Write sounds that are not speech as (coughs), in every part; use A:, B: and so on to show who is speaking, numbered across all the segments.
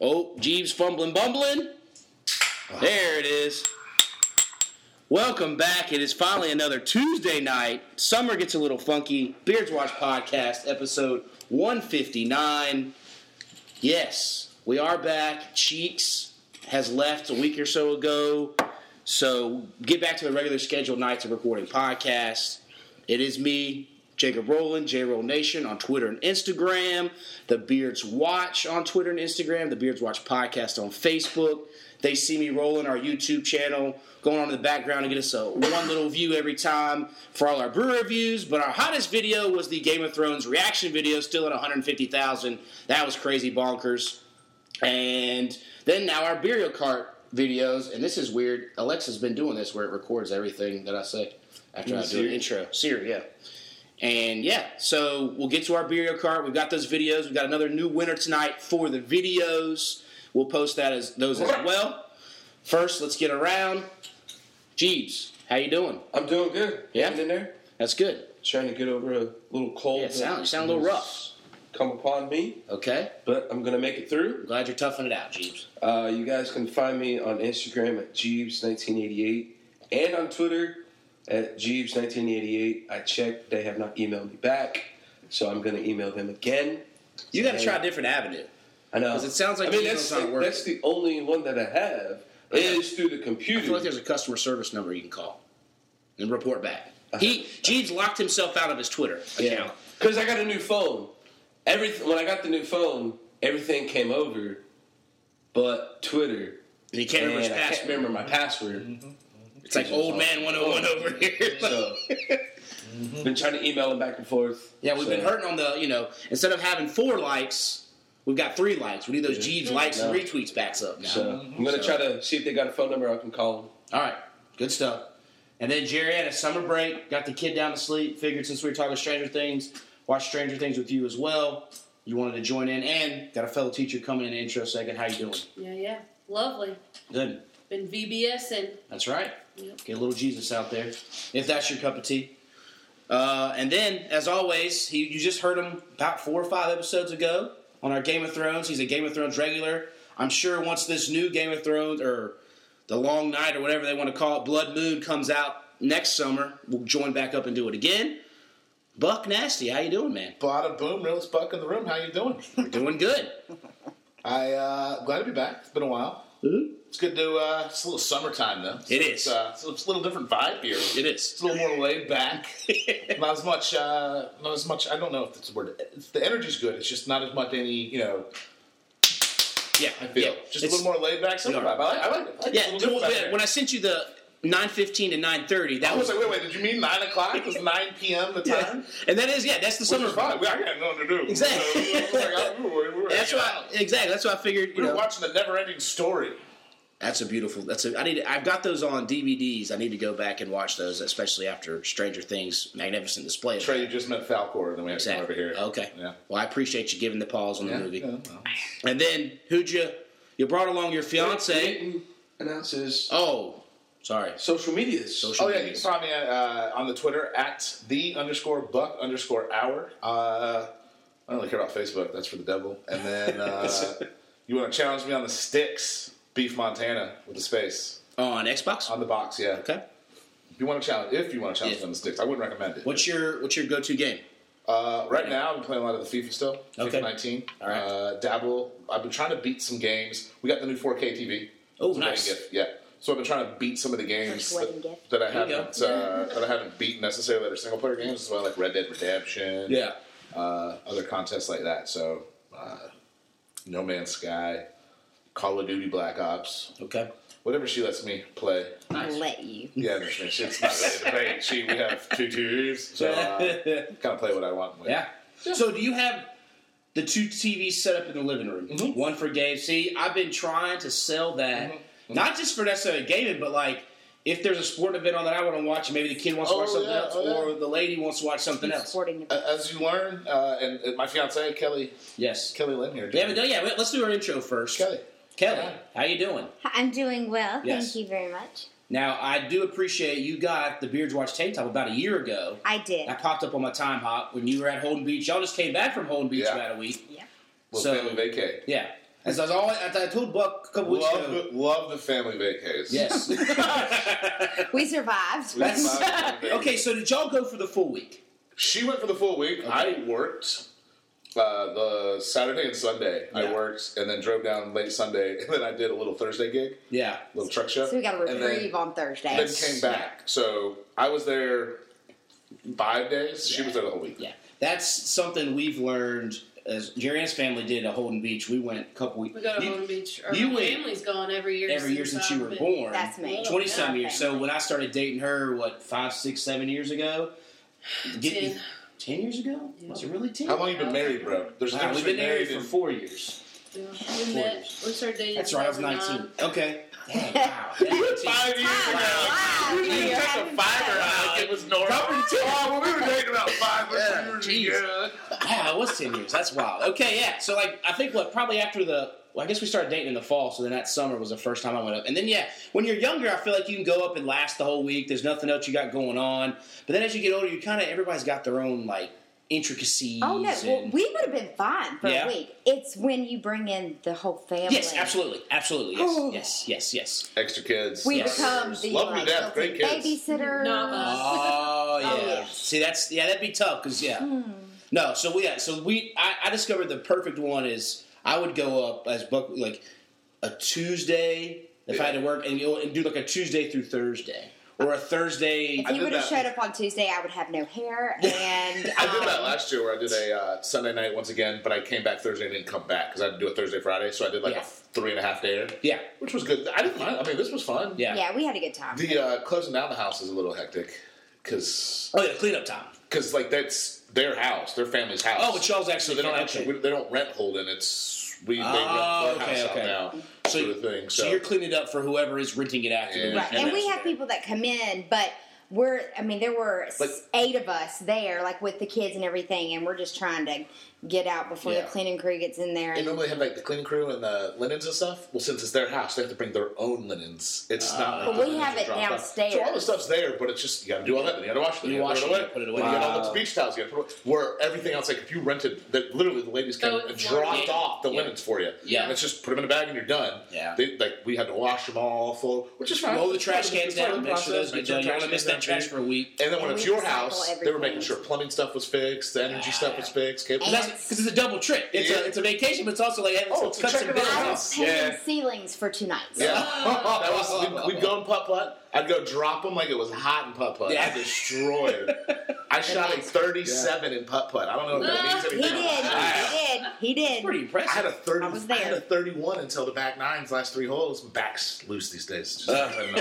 A: Oh, Jeeves fumbling, bumbling. There it is. Welcome back. It is finally another Tuesday night. Summer gets a little funky. Beards Watch Podcast, episode 159. Yes, we are back. Cheeks has left a week or so ago. So get back to the regular scheduled nights of recording podcasts. It is me, Jacob Rowland, J Roll Nation on Twitter and Instagram, The Beards Watch on Twitter and Instagram, The Beards Watch Podcast on Facebook. They see me rolling our YouTube channel, going on in the background to get us a one little view every time for all our brew reviews. But our hottest video was the Game of Thrones reaction video, still at 150,000. That was crazy bonkers. And then now our burial cart videos, and this is weird. Alexa's been doing this where it records everything that I say after I do an intro. Siri, yeah. And yeah, so we'll get to our burial cart. We've got those videos. We've got another new winner tonight for the videos. We'll post that as those as well. First, let's get around. Jeeves, how you doing?
B: I'm doing good.
A: Yeah?
B: Hanging in there.
A: That's good.
B: Trying to get over a little cold.
A: Yeah, sound- you
B: that
A: sound a little
B: has Come upon me,
A: Okay.
B: but I'm gonna make it through.
A: Glad you're toughing it out, Jeeves.
B: Uh, you guys can find me on Instagram at Jeeves1988 and on Twitter at Jeeves1988. I checked; they have not emailed me back, so I'm gonna email them again.
A: You got to
B: Hey.
A: try a different avenue.
B: I know.
A: 'Cause it sounds like
B: I mean
A: the
B: that's
A: email's not working.
B: that's the only one that I have is through the
A: I feel
B: computer.
A: like there's a customer service number you can call and report back. He Jeeves locked himself out of his Twitter account.
B: Uh-huh. Yeah, because I got a new phone. Everything when I got the new phone, everything came over, but Twitter.
A: And he can't
B: And
A: remember his
B: I can't
A: password.
B: remember my password.
C: Mm-hmm.
A: It's like old man 101 over here.
B: (laughs) So
C: Mm-hmm.
B: been trying to email him back and forth.
A: Yeah, we've
B: So,
A: been hurting on the, you know, instead of having four likes, we've got three likes. We need those Jeeves likes and
B: No.
A: retweets backs up now.
B: So I'm gonna try to see if they got a phone number I can call them.
A: All right, good stuff. And then Jerry had a summer break, got the kid down to sleep. Figured since we were talking Stranger Things, watch Stranger Things with you as well. You wanted to join in, and got a fellow teacher coming in intro second. How you doing?
D: Yeah, yeah. Lovely.
A: Good.
D: Been VBS and
A: That's right.
D: Yep.
A: Get a little Jesus out there, if that's your cup of tea. Uh, and then, as always, he, you just heard him about four or five episodes ago on our Game of Thrones. He's a Game of Thrones regular. I'm sure once this new Game of Thrones or the Long Night or whatever they want to call it, Blood Moon comes out next summer, we'll join back up and do it again. Buck Nasty, how you doing, man?
C: Bada boom, realest buck in the room. How
A: (laughs)
C: you doing?
A: We're doing good.
C: I uh, glad to be back. It's been a while.
A: Mhm.
C: It's good to. Uh, it's a little summertime though. So
A: It
C: it's,
A: is.
C: Uh, so it's a little different vibe here. It's
A: It is.
C: (laughs) a little more
A: (laughs)
C: laid back. not as much. Uh, not as much. I don't know if that's the word. It's, the energy's good. It's just not as much any. You know.
A: Yeah,
C: I feel
A: yeah.
C: just
A: It's-
C: a little more laid back. Summer
A: We
C: vibe.
A: are.
C: I like. I like it. I like it.
A: Yeah,
C: It's a little different
A: when I
C: out
A: sent you the 9:15 to 9:30,
C: there.
A: that
C: I was
A: was
C: like, wait, wait. Did you mean nine o'clock? It was nine p.m. the time.
A: And that is, yeah, that's the
C: Which
A: summer
C: is
A: vibe.
C: fine. We- I got nothing to do.
A: Exactly.
C: So, it's like, I- we were- we
A: (laughs)
C: were
A: That's
C: hanging
A: why,
C: out.
A: exactly. That's why I figured. You
C: We were
A: know,
C: watching the never-ending story.
A: that's a beautiful. That's a. I need. I've got those on DVDs. I need to go back and watch those, especially after Stranger Things: Magnificent Display.
C: Trey, you just met Falcor, and then we have to come
A: Exactly.
C: over here.
A: Okay.
C: Yeah.
A: Well, I appreciate you giving the pause on the
B: Yeah.
A: movie.
C: Yeah, well.
A: And then who'd you? You brought along your fiance.
B: Clayton announces
A: Oh, sorry.
B: social medias.
A: Social-
C: Oh yeah, you can find me at, uh, on the Twitter at the underscore buck underscore hour. Uh, I don't really care about Facebook. That's for the devil. And then uh,
A: (laughs)
C: you want to challenge me on the sticks, Beef Montana with the space
A: On Xbox.
C: on the box. Yeah.
A: Okay.
C: If you want to challenge, if you want to challenge
A: Yeah.
C: me on the sticks, I wouldn't recommend it.
A: What's your What's your go to game?
C: Uh, right now, I've been playing a lot of the FIFA still.
A: Okay.
C: FIFA 19.
A: All right.
C: Uh, dabble. I've been trying to beat some games. We got the new 4K TV.
A: Oh,
C: It's a wedding
A: nice.
C: Gift. Yeah. So I've been trying to beat some of the games
E: Nice wedding
C: that,
E: gift.
C: that I
A: There you
C: haven't uh, that I haven't beaten necessarily that are single player games as well, like Red Dead Redemption. Uh, other contests like that. So uh, No Man's Sky, Call of Duty Black Ops,
A: Okay.
C: whatever she lets me play.
E: I'll let you.
C: Yeah, there's no shit. It's not really a debate. She we have two twos, so
A: (laughs)
C: uh, kind of play what I want. With.
A: Yeah. So do you have the two TVs set up in the living room?
C: Mm-hmm.
A: One for games. See, I've been trying to sell that,
C: Mm-hmm.
A: not just for necessarily gaming, but like if there's a sporting event on that I want to watch, maybe the kid wants to
C: Oh,
A: watch something
C: yeah,
A: else,
C: oh, yeah.
A: or the lady wants to watch something else.
E: Sporting
C: A- As you learn, uh, and and my fiance Kelly
A: Yes.
C: Kelly Lynn here.
A: We haven't done. Yeah, wait, let's do our intro first.
C: Kelly.
A: Kelly,
C: Hi.
A: how you doing?
E: I'm doing well.
A: Yes.
E: Thank you very much.
A: Now, I do appreciate you got the Beards Watch tape top about a year ago.
E: I did.
A: That popped up on my time hop when you were at Holden Beach. Y'all just came back from Holden Beach
C: Yeah.
A: about a week.
E: Yeah.
C: Well,
A: So-
C: family vacay.
A: Yeah. As I, was always, as I told Buck a couple weeks
C: Love,
A: ago.
C: the, love the family vacays. (laughs)
A: Yes.
E: We survived.
C: We have five family
A: okay, so did y'all go for the full week?
C: She went for the full week. I worked uh, the Saturday and Sunday. I
A: Yeah.
C: worked and then drove down late Sunday, and then I did a little Thursday gig,
A: Yeah.
C: little truck show.
E: (laughs) So we got a
C: and then-
E: reprieve on Thursday.
C: Then came back. So I was there five days. She was there the whole week.
A: Yeah, that's something we've learned. As Jerry and his family did at Holden Beach, we went a couple weeks.
D: We go to
A: you-
D: Holden Beach. Or
A: you
D: my
A: went
D: family's gone every year.
A: every year since you
D: I've
A: were
D: been-
A: born.
E: That's me.
A: Twenty some
E: Okay.
A: years. So when I started dating her, what five, six, seven years ago?
D: Ten.
A: ten years ago? Was it really ten?
C: How long you been married, bro? There's
A: Wow,
C: never
A: we've been married for
C: in-
A: four years.
D: Yeah. We met. We started dating.
A: That's right. I was
D: in
A: nineteen.
D: 2009.
A: Okay.
C: (laughs)
A: Dang, wow. That's
C: five years
E: Wow,
A: (laughs)
C: ago.
E: wow,
C: You
E: you're
C: took a
E: having
C: fiber
E: fun.
C: out. It was normal. Oh, when we were dating about five years ago.
A: Wow, Oh, it was ten years. That's wild. Okay, yeah. So like, I think what probably after the. Well, I guess we started dating in the fall, so then that summer was the first time I went up. And then, yeah, when you're younger, I feel like you can go up and last the whole week. There's nothing else you got going on. But then as you get older, you kind of everybody's got their own like intricacies.
E: Oh no! Well,
A: and-
E: we would have been fine for
A: Yeah.
E: a week. It's when you bring in the whole family.
A: yes, absolutely, absolutely, yes,
E: Oh.
A: yes, yes, yes.
C: Extra kids.
E: We
A: Yes.
E: become the
C: Love 'em to
E: like,
C: death, great
E: guilty
C: kids.
E: babysitter.
D: Not us.
E: (laughs)
A: Oh yeah.
E: yes.
A: See, that's yeah, that'd be tough because yeah.
E: Hmm.
A: No, so we yeah, so we I, I discovered the perfect one is I would go up as book like a Tuesday if I had to work and, you know, and do like a Tuesday through Thursday or a Thursday.
E: If you
C: did
E: would have
C: that.
E: showed up on Tuesday, I would have
A: (laughs)
E: no hair. And
C: I did that
E: um,
C: last year where I did a uh, Sunday night once again, but I came back Thursday and didn't come back because I had to do a Thursday Friday, so I did like
A: Yeah.
C: a three and a half day,
A: yeah,
C: which was good. I didn't mind. I mean, this was fun.
A: yeah,
E: Yeah, we had a good time.
C: The uh, closing down the house is a little hectic because
A: Oh yeah, cleanup time.
C: because like that's their house, their family's house.
A: Oh, but y'all's actually
C: so they don't
A: okay.
C: actually we, they don't rent Holden. It's we they rent
A: Oh,
C: their
A: okay,
C: house
A: okay.
C: out now.
A: So
C: sort
A: you-
C: of thing.
A: So,
C: So,
A: you're cleaning it up for whoever is renting it after.
C: Yeah.
A: the
E: Right.
A: weekend.
E: And we
A: That's
E: have people that come in, but we're, I mean, there were s-
C: Like-
E: eight of us there, like with the kids and everything, and we're just trying to get out before
C: Yeah.
E: the cleaning crew gets in there.
C: They
E: And,
C: normally have like the cleaning crew and the linens and stuff. Well, since it's their house, they have to bring their own linens. It's not.
E: Ah. But
C: the
E: we
C: linens
E: have
C: are
E: it
C: dropped off.
E: downstairs.
C: So all the stuff's there, but it's just you got to do all that. Then you got to wash them.
A: You
C: You, got to
A: wash
C: put
A: them,
C: it away.
A: put it away.
C: You got all
A: Wow.
C: the beach towels. You got to put away. Where everything else, like if you rented, that literally the ladies came
D: Oh,
C: and
D: it's
C: dropped
D: not-
C: off the
A: Yeah.
C: linens for you.
A: Yeah.
C: and it's just put them in a bag and you're done.
A: Yeah.
C: they, like we had to wash them all full, which is fine.
A: Roll the
C: It's part
A: trash
C: of the-
A: cans
C: it's part of
A: down.
C: the
A: Make sure those
C: process.
A: get
C: Make sure
A: done. You don't
C: trash
A: want to miss
C: cans
A: that
C: down.
A: trash for a week.
C: And then when
E: And
C: it's
E: we
C: your
E: recycle
C: house, they were making
E: everything.
C: sure plumbing stuff was fixed, the energy stuff was fixed, cables.
E: And-
A: Because it's a double trip. It's, a,
C: Yeah.
A: it's a vacation, but it's also like having
C: Oh,
A: some
C: it's a
A: cuts and
C: check-in
A: bits
C: on
E: I
A: off.
C: the
E: was
C: house.
E: painting
C: Yeah.
E: ceilings for two nights.
C: Yeah. (laughs) that was, we'd, we'd go and putt putt. I'd go drop them like it was hot in putt putt.
A: Yeah.
C: I destroyed. I shot a 37 in putt putt. I don't know if that means
E: He
C: anything.
E: did. He did. He did.
A: Pretty
C: I had
A: impressive.
C: a 30.
E: I
C: I,
E: was there.
C: had a 31 until the back nines last three holes. Back's loose these days. Just, I, don't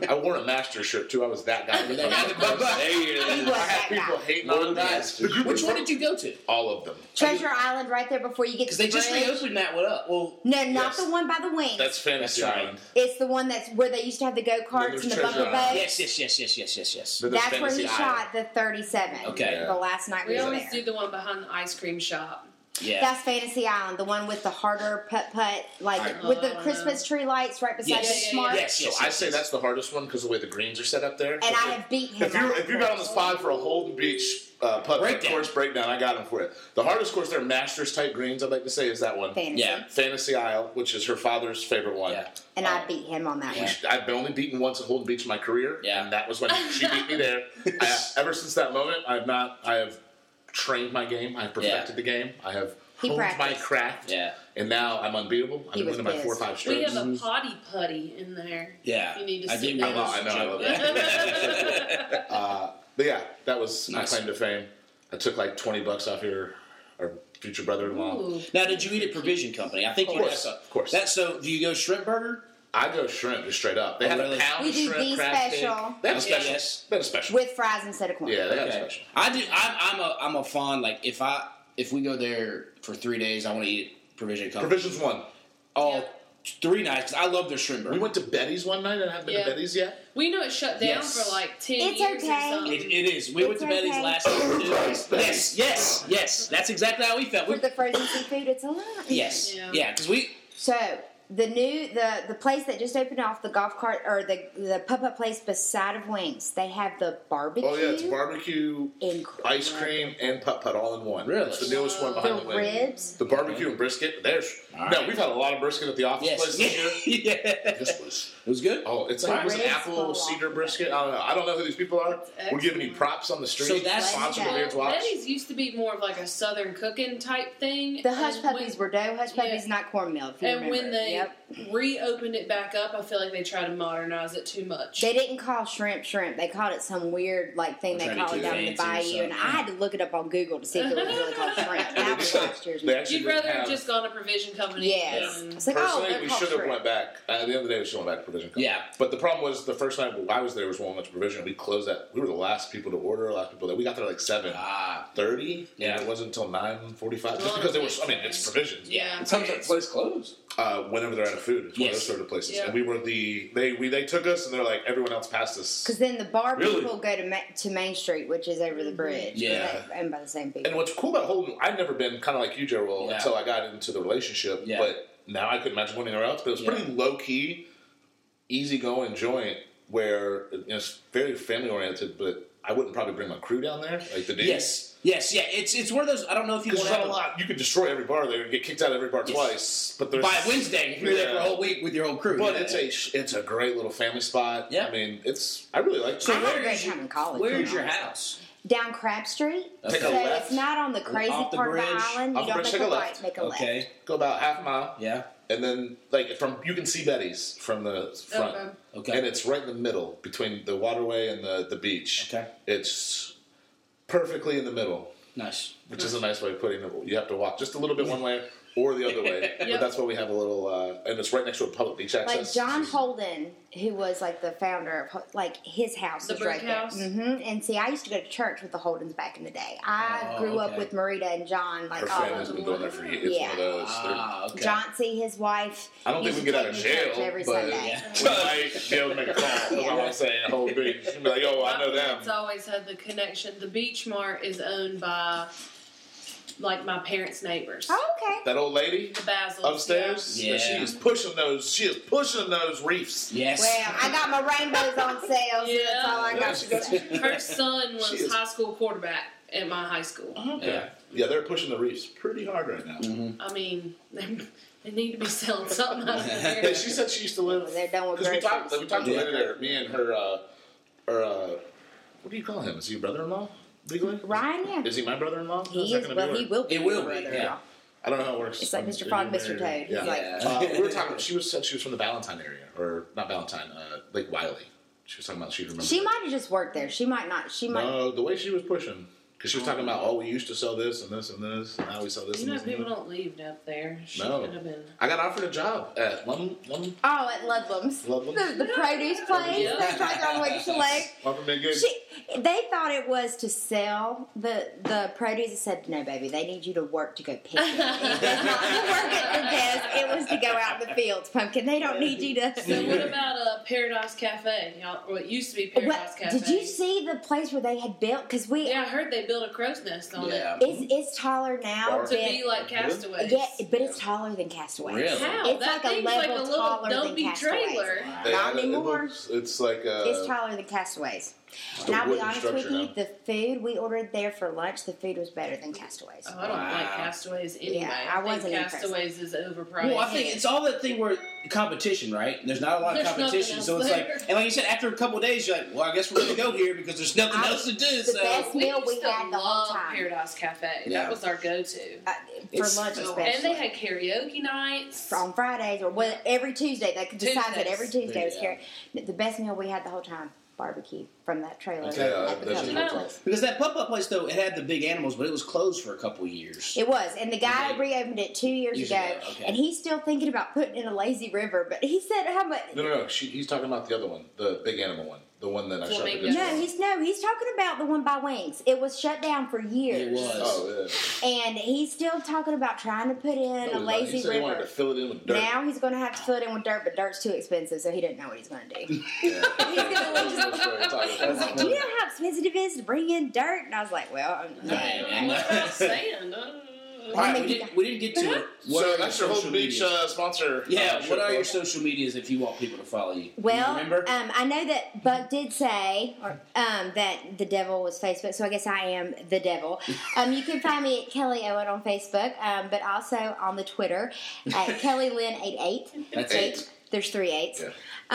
C: know. I wore a master shirt too. I was
A: (laughs)
C: that guy.
A: That guy that butt butt.
E: He
C: I
E: was
C: had
E: that
C: people
E: guy.
C: hating
B: More than
C: on me.
B: that.
C: The group
A: Which
C: was
A: one did you go to?
C: all of them.
E: Treasure Island right there before you get to
A: Because they
E: the
A: just
E: bridge.
A: reopened that one up. Well,
E: No, not
C: Yes.
E: the one by the wings.
C: That's fantasy
A: That's right.
C: island.
E: it's the one that's where they used to have the go karts
C: there's
E: and the
C: Treasure
E: bumper
C: Island.
E: boats.
A: yes, yes, yes, yes, yes, yes, yes.
C: Then there's
E: That's where he
C: Fantasy Island.
E: shot the 37.
A: Okay.
E: The last night we,
D: We
E: were
D: always do
E: there.
D: the one behind the ice cream shop.
A: Yeah.
E: That's Fantasy Island, the one with the harder putt putt, like with the
D: Oh, no.
E: Christmas tree lights right beside
A: Yes.
E: the
D: Yeah, yeah,
E: smart.
A: yes, yes,
C: so I
A: yes,
C: say
A: yes.
C: that's the hardest one because the way the greens are set up there.
E: And I have beat him.
C: If you
E: on
C: if you got on the spot for a Holden Beach uh, putt
A: Breakdown.
C: course breakdown, I got him for it. The hardest course there, Masters type greens, I'd like to say, is that one.
E: Fantasy.
A: Yeah.
C: Fantasy Isle, which is her father's favorite one.
A: Yeah.
E: And I beat him on that one.
C: I've been only beaten once at Holden Beach in my career,
A: Yeah.
C: and that was when she beat
A: (laughs)
C: me there. I, ever since that moment, I've not. I have trained my game. I've perfected
A: Yeah.
C: the game. I have
E: He
C: honed my
E: practiced.
C: craft.
A: Yeah.
C: And now I'm unbeatable. I'm
E: He was
C: winning by four or
E: pissed.
C: five strokes. Mm-hmm.
D: We have a potty putty in there.
A: Yeah.
D: You need to
A: I
D: sit
A: did
D: down.
A: realize-
C: I know, Oh, I love that. uh, but yeah, that was
A: Nice.
C: my claim to fame. I took like 20 bucks off your our future brother in law.
D: Ooh.
A: (laughs) Now, did you eat at Provision Company? I think
C: Of
A: you
C: course,
A: that's a-
C: of course.
A: That, so, do you go shrimp burger?
C: I go shrimp just straight up. They
A: Oh,
C: had
A: really?
C: a pound
E: We
C: of
E: do
C: shrimp
E: the
C: crab cake.
E: special.
C: They had a
A: Okay,
C: special.
A: yes.
C: They had a special.
E: With fries instead of corn.
C: yeah, they had a
A: Okay.
C: special.
A: I do. I'm, I'm a I'm a fond like if I if we go there for three days, I want to eat at Provision Company.
C: Provisions one.
A: all
D: Yeah.
A: three nights. 'cause I love their shrimp burger.
C: We went to Betty's one night. I haven't been
D: Yeah.
C: to Betty's yet.
D: We know it shut down
A: Yes.
D: for like ten
E: It's
D: years
E: okay.
D: or something.
A: It, it is. We went
E: It's
A: to Betty's
E: okay.
A: last year. yes, yes, yes. That's exactly how we felt. We,
E: With the frozen seafood, it's a lot.
A: yes,
D: Yeah.
A: yeah. Because we
E: So the new the the place that just opened off the golf cart or the the pub up place beside of Wings. They have the barbecue.
C: Oh yeah, it's barbecue,
E: Incredible.
C: ice cream, and putt putt all in one.
A: Really?
C: It's the newest one behind
E: The
C: the, lid.
E: ribs.
C: The barbecue and brisket. There's
A: All
C: no.
A: right.
C: We've had a lot of brisket at the office place
A: Yes.
C: this year.
A: (laughs) yeah. It
C: This was
A: was good.
C: oh, it's like it was an
E: Ribs
C: apple
E: for
C: cedar
E: walking.
C: brisket. I don't know. I don't know who these people are. We're giving you
D: excellent.
C: props on the street.
A: So that's-
C: sponsored by
E: Yeah.
C: Beards Watch.
D: Betty's used to be more of like a southern cooking type thing.
E: The hush
D: and
E: puppies
D: when,
E: were dough. Hush
D: Yeah.
E: puppies, not cornmeal. If you
D: And
E: remember.
D: when they
E: Yep.
D: reopened it back up, I feel like they tried to modernize it too much.
E: They didn't call shrimp shrimp. They called it some weird like thing
A: Trying
E: they
A: to
E: call it
A: do
E: down in the
A: fancy or
E: bayou, and I
A: something.
E: had to look it up on Google to see if it was really called shrimp. That was last year's.
C: They actually
D: You'd
C: didn't
D: rather have
C: have-
D: just gone to provision company.
E: Yes.
D: and-
E: It's like, oh,
C: Personally,
E: they're
C: we
E: called
C: should have
E: shrimp.
C: went back. Uh, the other day, we should have went back to provision. Company.
A: Yeah.
C: But the problem was the first night I was there was one much provision. We closed that. We were the last people to order. Last people that we got there like seven
A: Ah.
C: thirty.
A: Yeah.
C: And it wasn't until nine forty-five. Just because there was. I mean, it's provisions.
D: yeah.
B: Sometimes that place closed.
C: uh, whenever they're out of food. It's one of
A: Yes.
C: those sort of places.
D: Yeah.
C: And we were the they we they took us and they're like everyone else passed us.
E: Because then the bar
C: Really?
E: people go to Ma- to Main Street, which is over the bridge. 'cause
A: Yeah.
E: they owned by the same people.
C: And what's cool about Holden, I've never been kind of like you, Joe, Roll,
A: Yeah.
C: until I got into the relationship.
A: Yeah.
C: But now I couldn't imagine going anywhere else. But it was pretty low key, easy going joint where you know, it's very family oriented. But I wouldn't probably bring my crew down there, like the dudes.
A: Yes. Yes. Yeah. It's it's one of those. I don't know if you
C: Because
A: want
C: there's
A: to
C: not
A: have
C: a lot. You could destroy every bar there and get kicked out of every bar
A: Yes.
C: twice. But there's
A: by Wednesday if you're there for a
C: Yeah.
A: whole week with your whole crew.
C: But
A: yeah.
C: it's a sh- it's a great little family spot.
A: Yeah.
C: I mean, it's I really like.
A: So
E: I had a
A: where
E: great
A: is your,
E: time in college.
A: where
E: you
A: is
E: know.
A: your house?
E: Down Crab Street.
A: Take a
E: so
C: left.
E: it's not on the crazy
A: Off the
E: part of
A: bridge.
E: the island.
C: Off
E: You
C: the bridge,
E: don't make
C: take a
E: a
C: left.
E: right, make a
A: Okay.
E: left.
C: go about half a mile.
A: Yeah.
C: and then like from you can see Betty's from the front,
D: Okay.
A: Okay.
C: and it's right in the middle between the waterway and the the beach.
A: Okay.
C: it's perfectly in the middle,
A: Nice.
C: which is a nice way of putting it. You have to walk just a little bit one way or the other way, but that's why we have a little, uh, and it's right next to a public beach
E: Like
C: access.
E: John Holden, who was like the founder of, Ho- like his house
D: The
E: is
D: brick
E: right there.
D: house?
E: Mm-hmm. And see, I used to go to church with the Holdens back in the day. I
A: Oh,
E: grew up
A: okay.
E: with Marita and John, like
C: her
E: all
C: family's
E: of
C: been
E: them.
C: doing that for years. It's one of
E: Yeah.
C: those.
A: Ah. Okay.
E: Johnsy, his wife.
C: I don't think
E: used
C: we
E: to
C: get out
E: take
C: of
E: me to church
C: jail,
E: every
C: but-
E: Sunday.
A: Yeah.
C: We might be able
A: (laughs)
C: to make a call. That's all I'm saying. A whole big, be like, yo, I know
D: parents
C: them.
D: always had the connection. The Beach Mart is owned by like my parents' neighbors.
E: Oh, okay.
C: That old lady
D: The Basils.
C: upstairs,
A: Yeah.
C: she is pushing those. She is pushing those reefs.
A: Yes.
E: Well, I got my rainbows on sale, so that's all I
C: Yeah.
E: got to say.
D: yeah.
C: (laughs)
D: Her son
C: She
D: was
C: is-
D: high school quarterback at my high school.
C: Yeah.
A: Yeah.
C: Yeah, they're pushing the reefs pretty hard right now.
D: I mean, they, they need to be selling something out of
C: Yeah, (laughs)
D: there.
C: she said she used to live.
E: They're done with
C: Because we
E: groceries.
C: talked, we talked to
A: Yeah.
C: the editor, me and her, uh, her, uh, what do you call him? Is he your brother in law? Legally?
E: Ryan, yeah.
C: Is he my brother in law?
E: He is, well, he will be.
A: It will
E: my
A: be,
E: brother.
A: yeah.
C: I don't know how it works.
E: It's like
C: Um,
E: Mr. Frog,
C: are you married?
E: Mr. Toad.
C: Yeah.
E: He's like,
A: Yeah.
C: Uh,
E: (laughs)
C: we were talking, she was said she was from the Valentine area, or not Valentine, uh, Lake Wiley. She was talking about she remembered.
E: she might have just worked there. She might not. She might.
C: No, the way she was pushing. Because she was talking about, oh, we used to sell this and this and this, and now we sell this
D: You
C: and
D: know,
C: this. and
D: people
C: this.
D: don't leave up there. She
C: No.
D: could have
E: (laughs)
D: been.
C: I got offered a job at Lum, Lum,
E: Oh, at Ludlum's.
C: Ludlum's?
E: The, the produce place.
D: Yeah.
E: They tried on Wake Select.
C: Lumber Big Goods.
E: She, they thought it was to sell the the produce. I said, "No, baby, they need you to work to go pick it.
D: (laughs)
E: It's not to work at the desk. It was to go out in the fields, pumpkin. They don't need you to."
D: So what about uh, Paradise Cafe? Y'all, well, it used to be Paradise
E: What,
D: Cafe.
E: did you see the place where they had built? Because we,
D: Yeah, I heard they built a crow's nest on
A: Yeah.
D: it
E: it's, it's taller now.
C: Bar.
D: to
E: than-
D: be like castaways.
E: yeah, but it's taller than Castaways.
A: Really?
D: How?
E: It's
D: that
E: like a
D: thing's
E: level
D: like a little
E: taller than
D: dumpy
E: Castaways.
D: trailer.
C: They
E: Not
C: had it- it
E: anymore.
C: looks- it's like a.
E: It's taller than Castaways.
C: just a
E: And I'll be
C: Uh, wooden
E: honest
C: structure
E: with you,
C: now.
E: the food we ordered there for lunch, the food was better than Castaways.
D: Oh, I don't
A: Wow.
D: like Castaways anyway.
E: Yeah, I
D: I,
E: wasn't
D: think
E: impressed.
D: Castaways is overpriced.
A: Well, I think it's all that thing where competition, right? There's not a lot of
D: There's
A: competition,
D: nothing
A: so
D: else
A: it's
D: there.
A: like, and like you said, after a couple of days, you're like, well, I guess we're gonna go here because there's nothing
E: I-
A: else to do.
E: the
A: So
E: best-
D: we
E: meal
D: used
E: we
D: to
E: had the whole
D: love
E: time.
D: Paradise Cafe.
A: Yeah.
D: That was our go-to.
E: Uh, for
A: It's-
E: lunch, especially.
D: And they had karaoke nights. (laughs)
E: on Fridays or what, every Tuesday. They could decide that
D: Tuesdays.
E: every Tuesday was
A: Yeah.
E: carry. The best meal we had the whole time barbecue from that trailer.
A: Okay,
C: uh,
E: at the
C: there's
E: Pelican
C: no
E: Palace.
C: place.
A: because that pop up place though, it had the big animals, but it was closed for a couple of years.
E: It was, and the guy
A: Okay.
E: reopened it two years
A: Years
E: ago,
A: ago, okay.
E: and he's still thinking about putting in a lazy river. But he said how much?
C: No, no, no. She, he's talking about the other one, the big animal one, the one that I shot the
D: Flamingo.
C: disc
E: No,
C: with.
E: he's no, he's talking about the one by Wings. It was shut down for years.
A: It was.
C: Oh, yeah.
E: and he's still talking about trying to put in
C: No, he
E: a lazy
C: said he wanted to
E: river.
C: fill it in with dirt.
E: Now he's going to have to fill it in with dirt, but dirt's too expensive, so he didn't know what he's going to do.
C: (laughs) Yeah.
E: He's gonna
C: That's what I'm talking
E: I was like,
C: about.
E: "Do you know how expensive it is to bring in dirt?" And I was like, "Well, I'm,
A: Right.
D: I'm saying. Uh,
A: All right, we, did, we didn't get to it. What are
C: so
A: your
C: that's your
A: social
C: whole beach
A: medias?
C: uh, sponsor.
A: yeah,
C: uh,
A: what
C: shirt,
A: are your
C: bro.
A: social medias if you want people to follow you?
E: Well,
A: you remember?
E: um, I know that Buck did say or, um, that the devil was Facebook, so I guess I am
C: (laughs)
E: the devil. Um, you can find me at Kelly Owen on Facebook, um, but also on the Twitter
C: (laughs)
E: at Kelly Lynn eight eight.
A: That's
E: eight.
A: it.
E: There's three eights.
C: Yeah.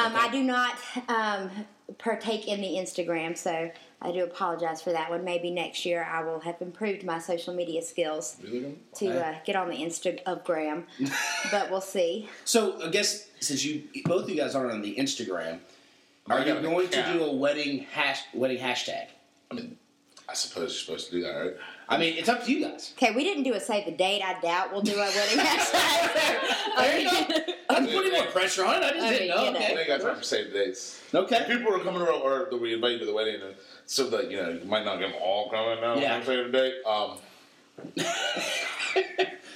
E: Um, I do not um, partake in the Instagram, so I do apologize for that one. Maybe next year I will have improved my social media skills
C: Really good?
E: to uh, get on the Instagram, but we'll see.
A: So I guess since you both of you guys are on the Instagram, are
C: I
A: you
C: got an
A: going to
C: account.
A: do a wedding hash wedding hashtag?
C: I suppose you're supposed to do that, right?
A: I mean, it's up to you guys.
E: Okay, we didn't do a save the date. I doubt we'll do a wedding (laughs) hashtag.
A: I'm putting more pressure on it. I just
E: I
A: didn't
E: mean,
A: know.
E: you know.
C: I
A: Okay.
C: think I got time for save the dates.
A: Okay.
C: People are coming around, or that we invite you to the wedding, and so like you know, you might not get them all coming now.
A: Yeah.
C: Yeah. Save the date. Um,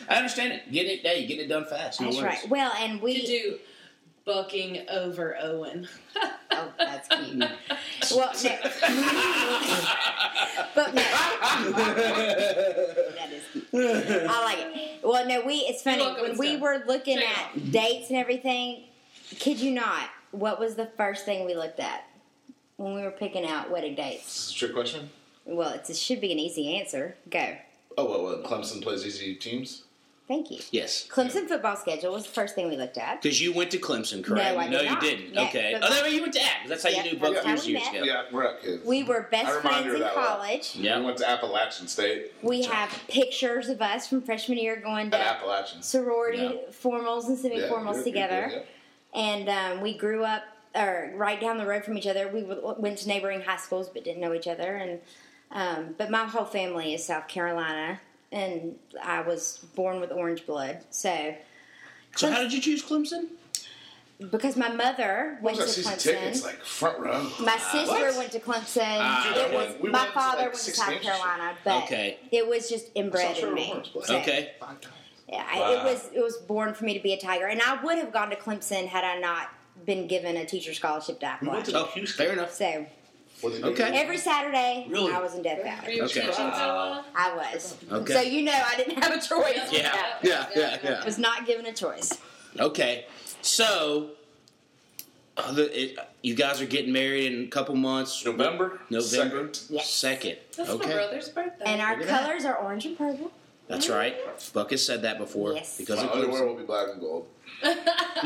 A: I understand it. Getting it, hey, getting it done fast. No
E: That's
A: worries.
E: right. Well, and
D: We
E: we.
D: do bucking over Owen. (laughs)
E: Oh, that's cute.
C: Mm.
E: well, no. but no. that is cute. I like it. Well, no, we. It's funny
D: You're welcome,
E: when
D: it's
E: we
D: done.
E: were looking
D: Take it
E: at dates and everything. Kid you not? What was the first thing we looked at when we were picking out wedding dates?
C: this is a trick question.
E: Well, it's, it should be an easy answer. Go.
C: Oh well, well Clemson plays easy teams.
E: Thank you.
A: Yes.
E: Clemson football schedule was the first thing we looked at.
A: Because you went to Clemson, correct?
E: No, I did
A: you
E: not.
A: didn't.
E: No,
A: okay.
E: but-
A: Oh, that way you went to Act. That's how
E: Yeah,
A: you knew both
E: that's how
A: years,
E: we
A: years
E: met.
A: ago.
C: Yeah, we're up kids.
E: We were
C: I
E: best
C: remind
E: friends
C: her
E: in
C: that.
E: college.
C: uh, Yeah. We went to Appalachian State.
E: We have pictures of us from freshman year going
C: At
E: to
C: Appalachian.
E: sorority
C: Yeah.
E: formals and
C: Yeah, you're-
E: semi-formals
C: you're
E: together,
C: good, yeah.
E: and um, we grew up or right down the road from each other. We w- went to neighboring high schools but didn't know each other, and um, but my whole family is South Carolina, and I was born with orange blood, so.
A: So how did you choose Clemson?
E: Because my mother
C: What
E: went to
C: was that season tickets
E: Clemson,
C: like front row?
E: my sister
C: What?
E: went to Clemson.
A: Ah,
E: it
C: okay.
E: was
C: We
E: my
C: went to,
E: father
C: like,
E: went to
C: six
E: South
C: games or
E: Carolina, but
A: Okay.
E: it was just inbred
C: South
E: in me.
C: Carolina was
E: So-
A: Okay.
C: Five times.
E: Yeah, I,
A: Wow.
E: it was it was born for me to be a tiger, and I would have gone to Clemson had I not been given a teacher scholarship to
C: We
E: apply.
C: went to
A: Oh,
C: Houston.
A: fair enough.
E: So
C: What did they
A: Okay.
C: do?
E: every Saturday,
A: Really?
E: I was in Death
D: Are
E: Valley.
D: you
A: Okay.
D: a Clemson ally?
E: I was.
A: Okay.
E: So you know, I didn't have a choice.
A: Yeah. Yeah. Yeah. Yeah.
E: (laughs) I was not given a choice.
A: Okay, so uh, the, it, you guys are getting married in a couple months.
C: November.
A: November
C: Second.
E: Yeah.
A: second.
D: That's my
A: Okay,
D: brother's birthday.
E: And our
A: Look at that.
E: colors are orange and purple.
A: that's right. Buck has said that before
E: Mm-hmm. Yes.
A: because
C: My
A: of
C: underwear
A: Clemson.
C: will be black and gold.
A: (laughs)
D: (laughs)
E: (laughs)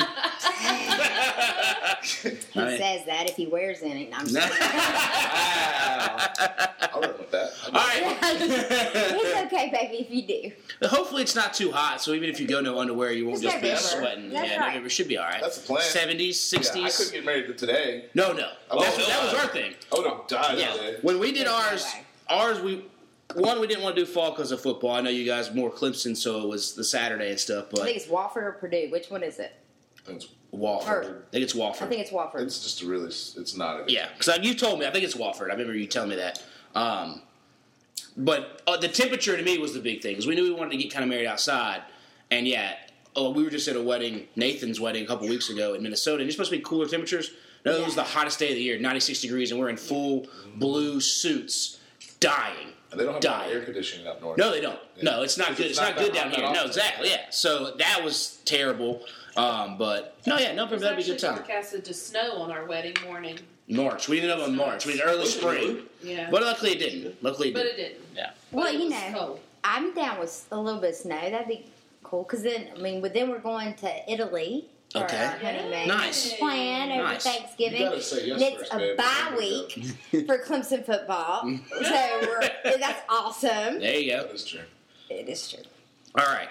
E: He
A: All right.
E: says that if he wears any. No, I'm
A: (laughs)
E: just
C: I'll run with that.
A: All right.
E: (laughs) it's okay, baby, if you do.
A: Hopefully it's not too hot, so even if you go no underwear, you won't
E: It's
A: just be
E: November.
A: sweating.
E: That's
A: yeah,
E: right.
A: November should be all right.
C: That's the plan.
A: Seventies,
C: Yeah, I couldn't
A: sixties.
C: get married today.
A: No, no.
C: Oh,
A: That's- that was
C: uh,
A: our thing.
C: I would have died
A: Yeah,
C: today.
A: when we did
E: There's no
A: ours,
E: way.
A: ours we one we didn't want to do fall because of football. I know you guys more Clemson, so it was the Saturday and stuff.
E: I think
A: But
E: it's Wofford or Purdue. Which one is it?
C: It's,
A: Wofford,
E: Or-
A: I think it's Wofford.
E: I think it's Wofford.
C: it's just a really, it's not a good
A: yeah, because you told me. I think it's Wofford. I remember you telling me that. Um, but uh, the temperature to me was the big thing because we knew we wanted to get kind of married outside, and yeah, oh, we were just at a wedding, Nathan's wedding, a couple weeks ago in Minnesota, and it's supposed to be cooler temperatures. No, it was
E: Yeah.
A: the hottest day of the year, ninety six degrees, and we're in full blue suits, dying.
C: And they don't have
A: dying.
C: air conditioning up north.
A: No, they don't. No, it's not
C: It's
A: good. It's not,
C: not
A: good
C: that
A: down
C: hot
A: here.
C: that
A: No,
C: often.
A: exactly. Yeah. So that was terrible. Um, but no, yeah, no,
D: It was
A: that'd be a good
D: actually
A: time.
D: forecasted to snow on our wedding morning.
A: March. We ended up in March. We did early spring,
D: Yeah.
A: but luckily it didn't. Luckily it
D: but it
A: didn't.
D: didn't.
A: Yeah.
E: Well,
D: But it
E: you
D: was
E: know.
D: Cold.
E: I'm down with a little bit of snow. That'd be cool. Cause then, I mean, but then we're going to Italy for
A: Okay.
E: our honeymoon.
A: Nice.
E: Plan over
A: Nice.
E: Thanksgiving.
C: You gotta say yes
E: And it's
C: first,
E: a
C: babe.
E: bye
C: (laughs)
E: week for Clemson football,
A: Mm.
E: so we're, that's awesome.
A: There you go.
C: That is true.
E: It is true.
A: All right.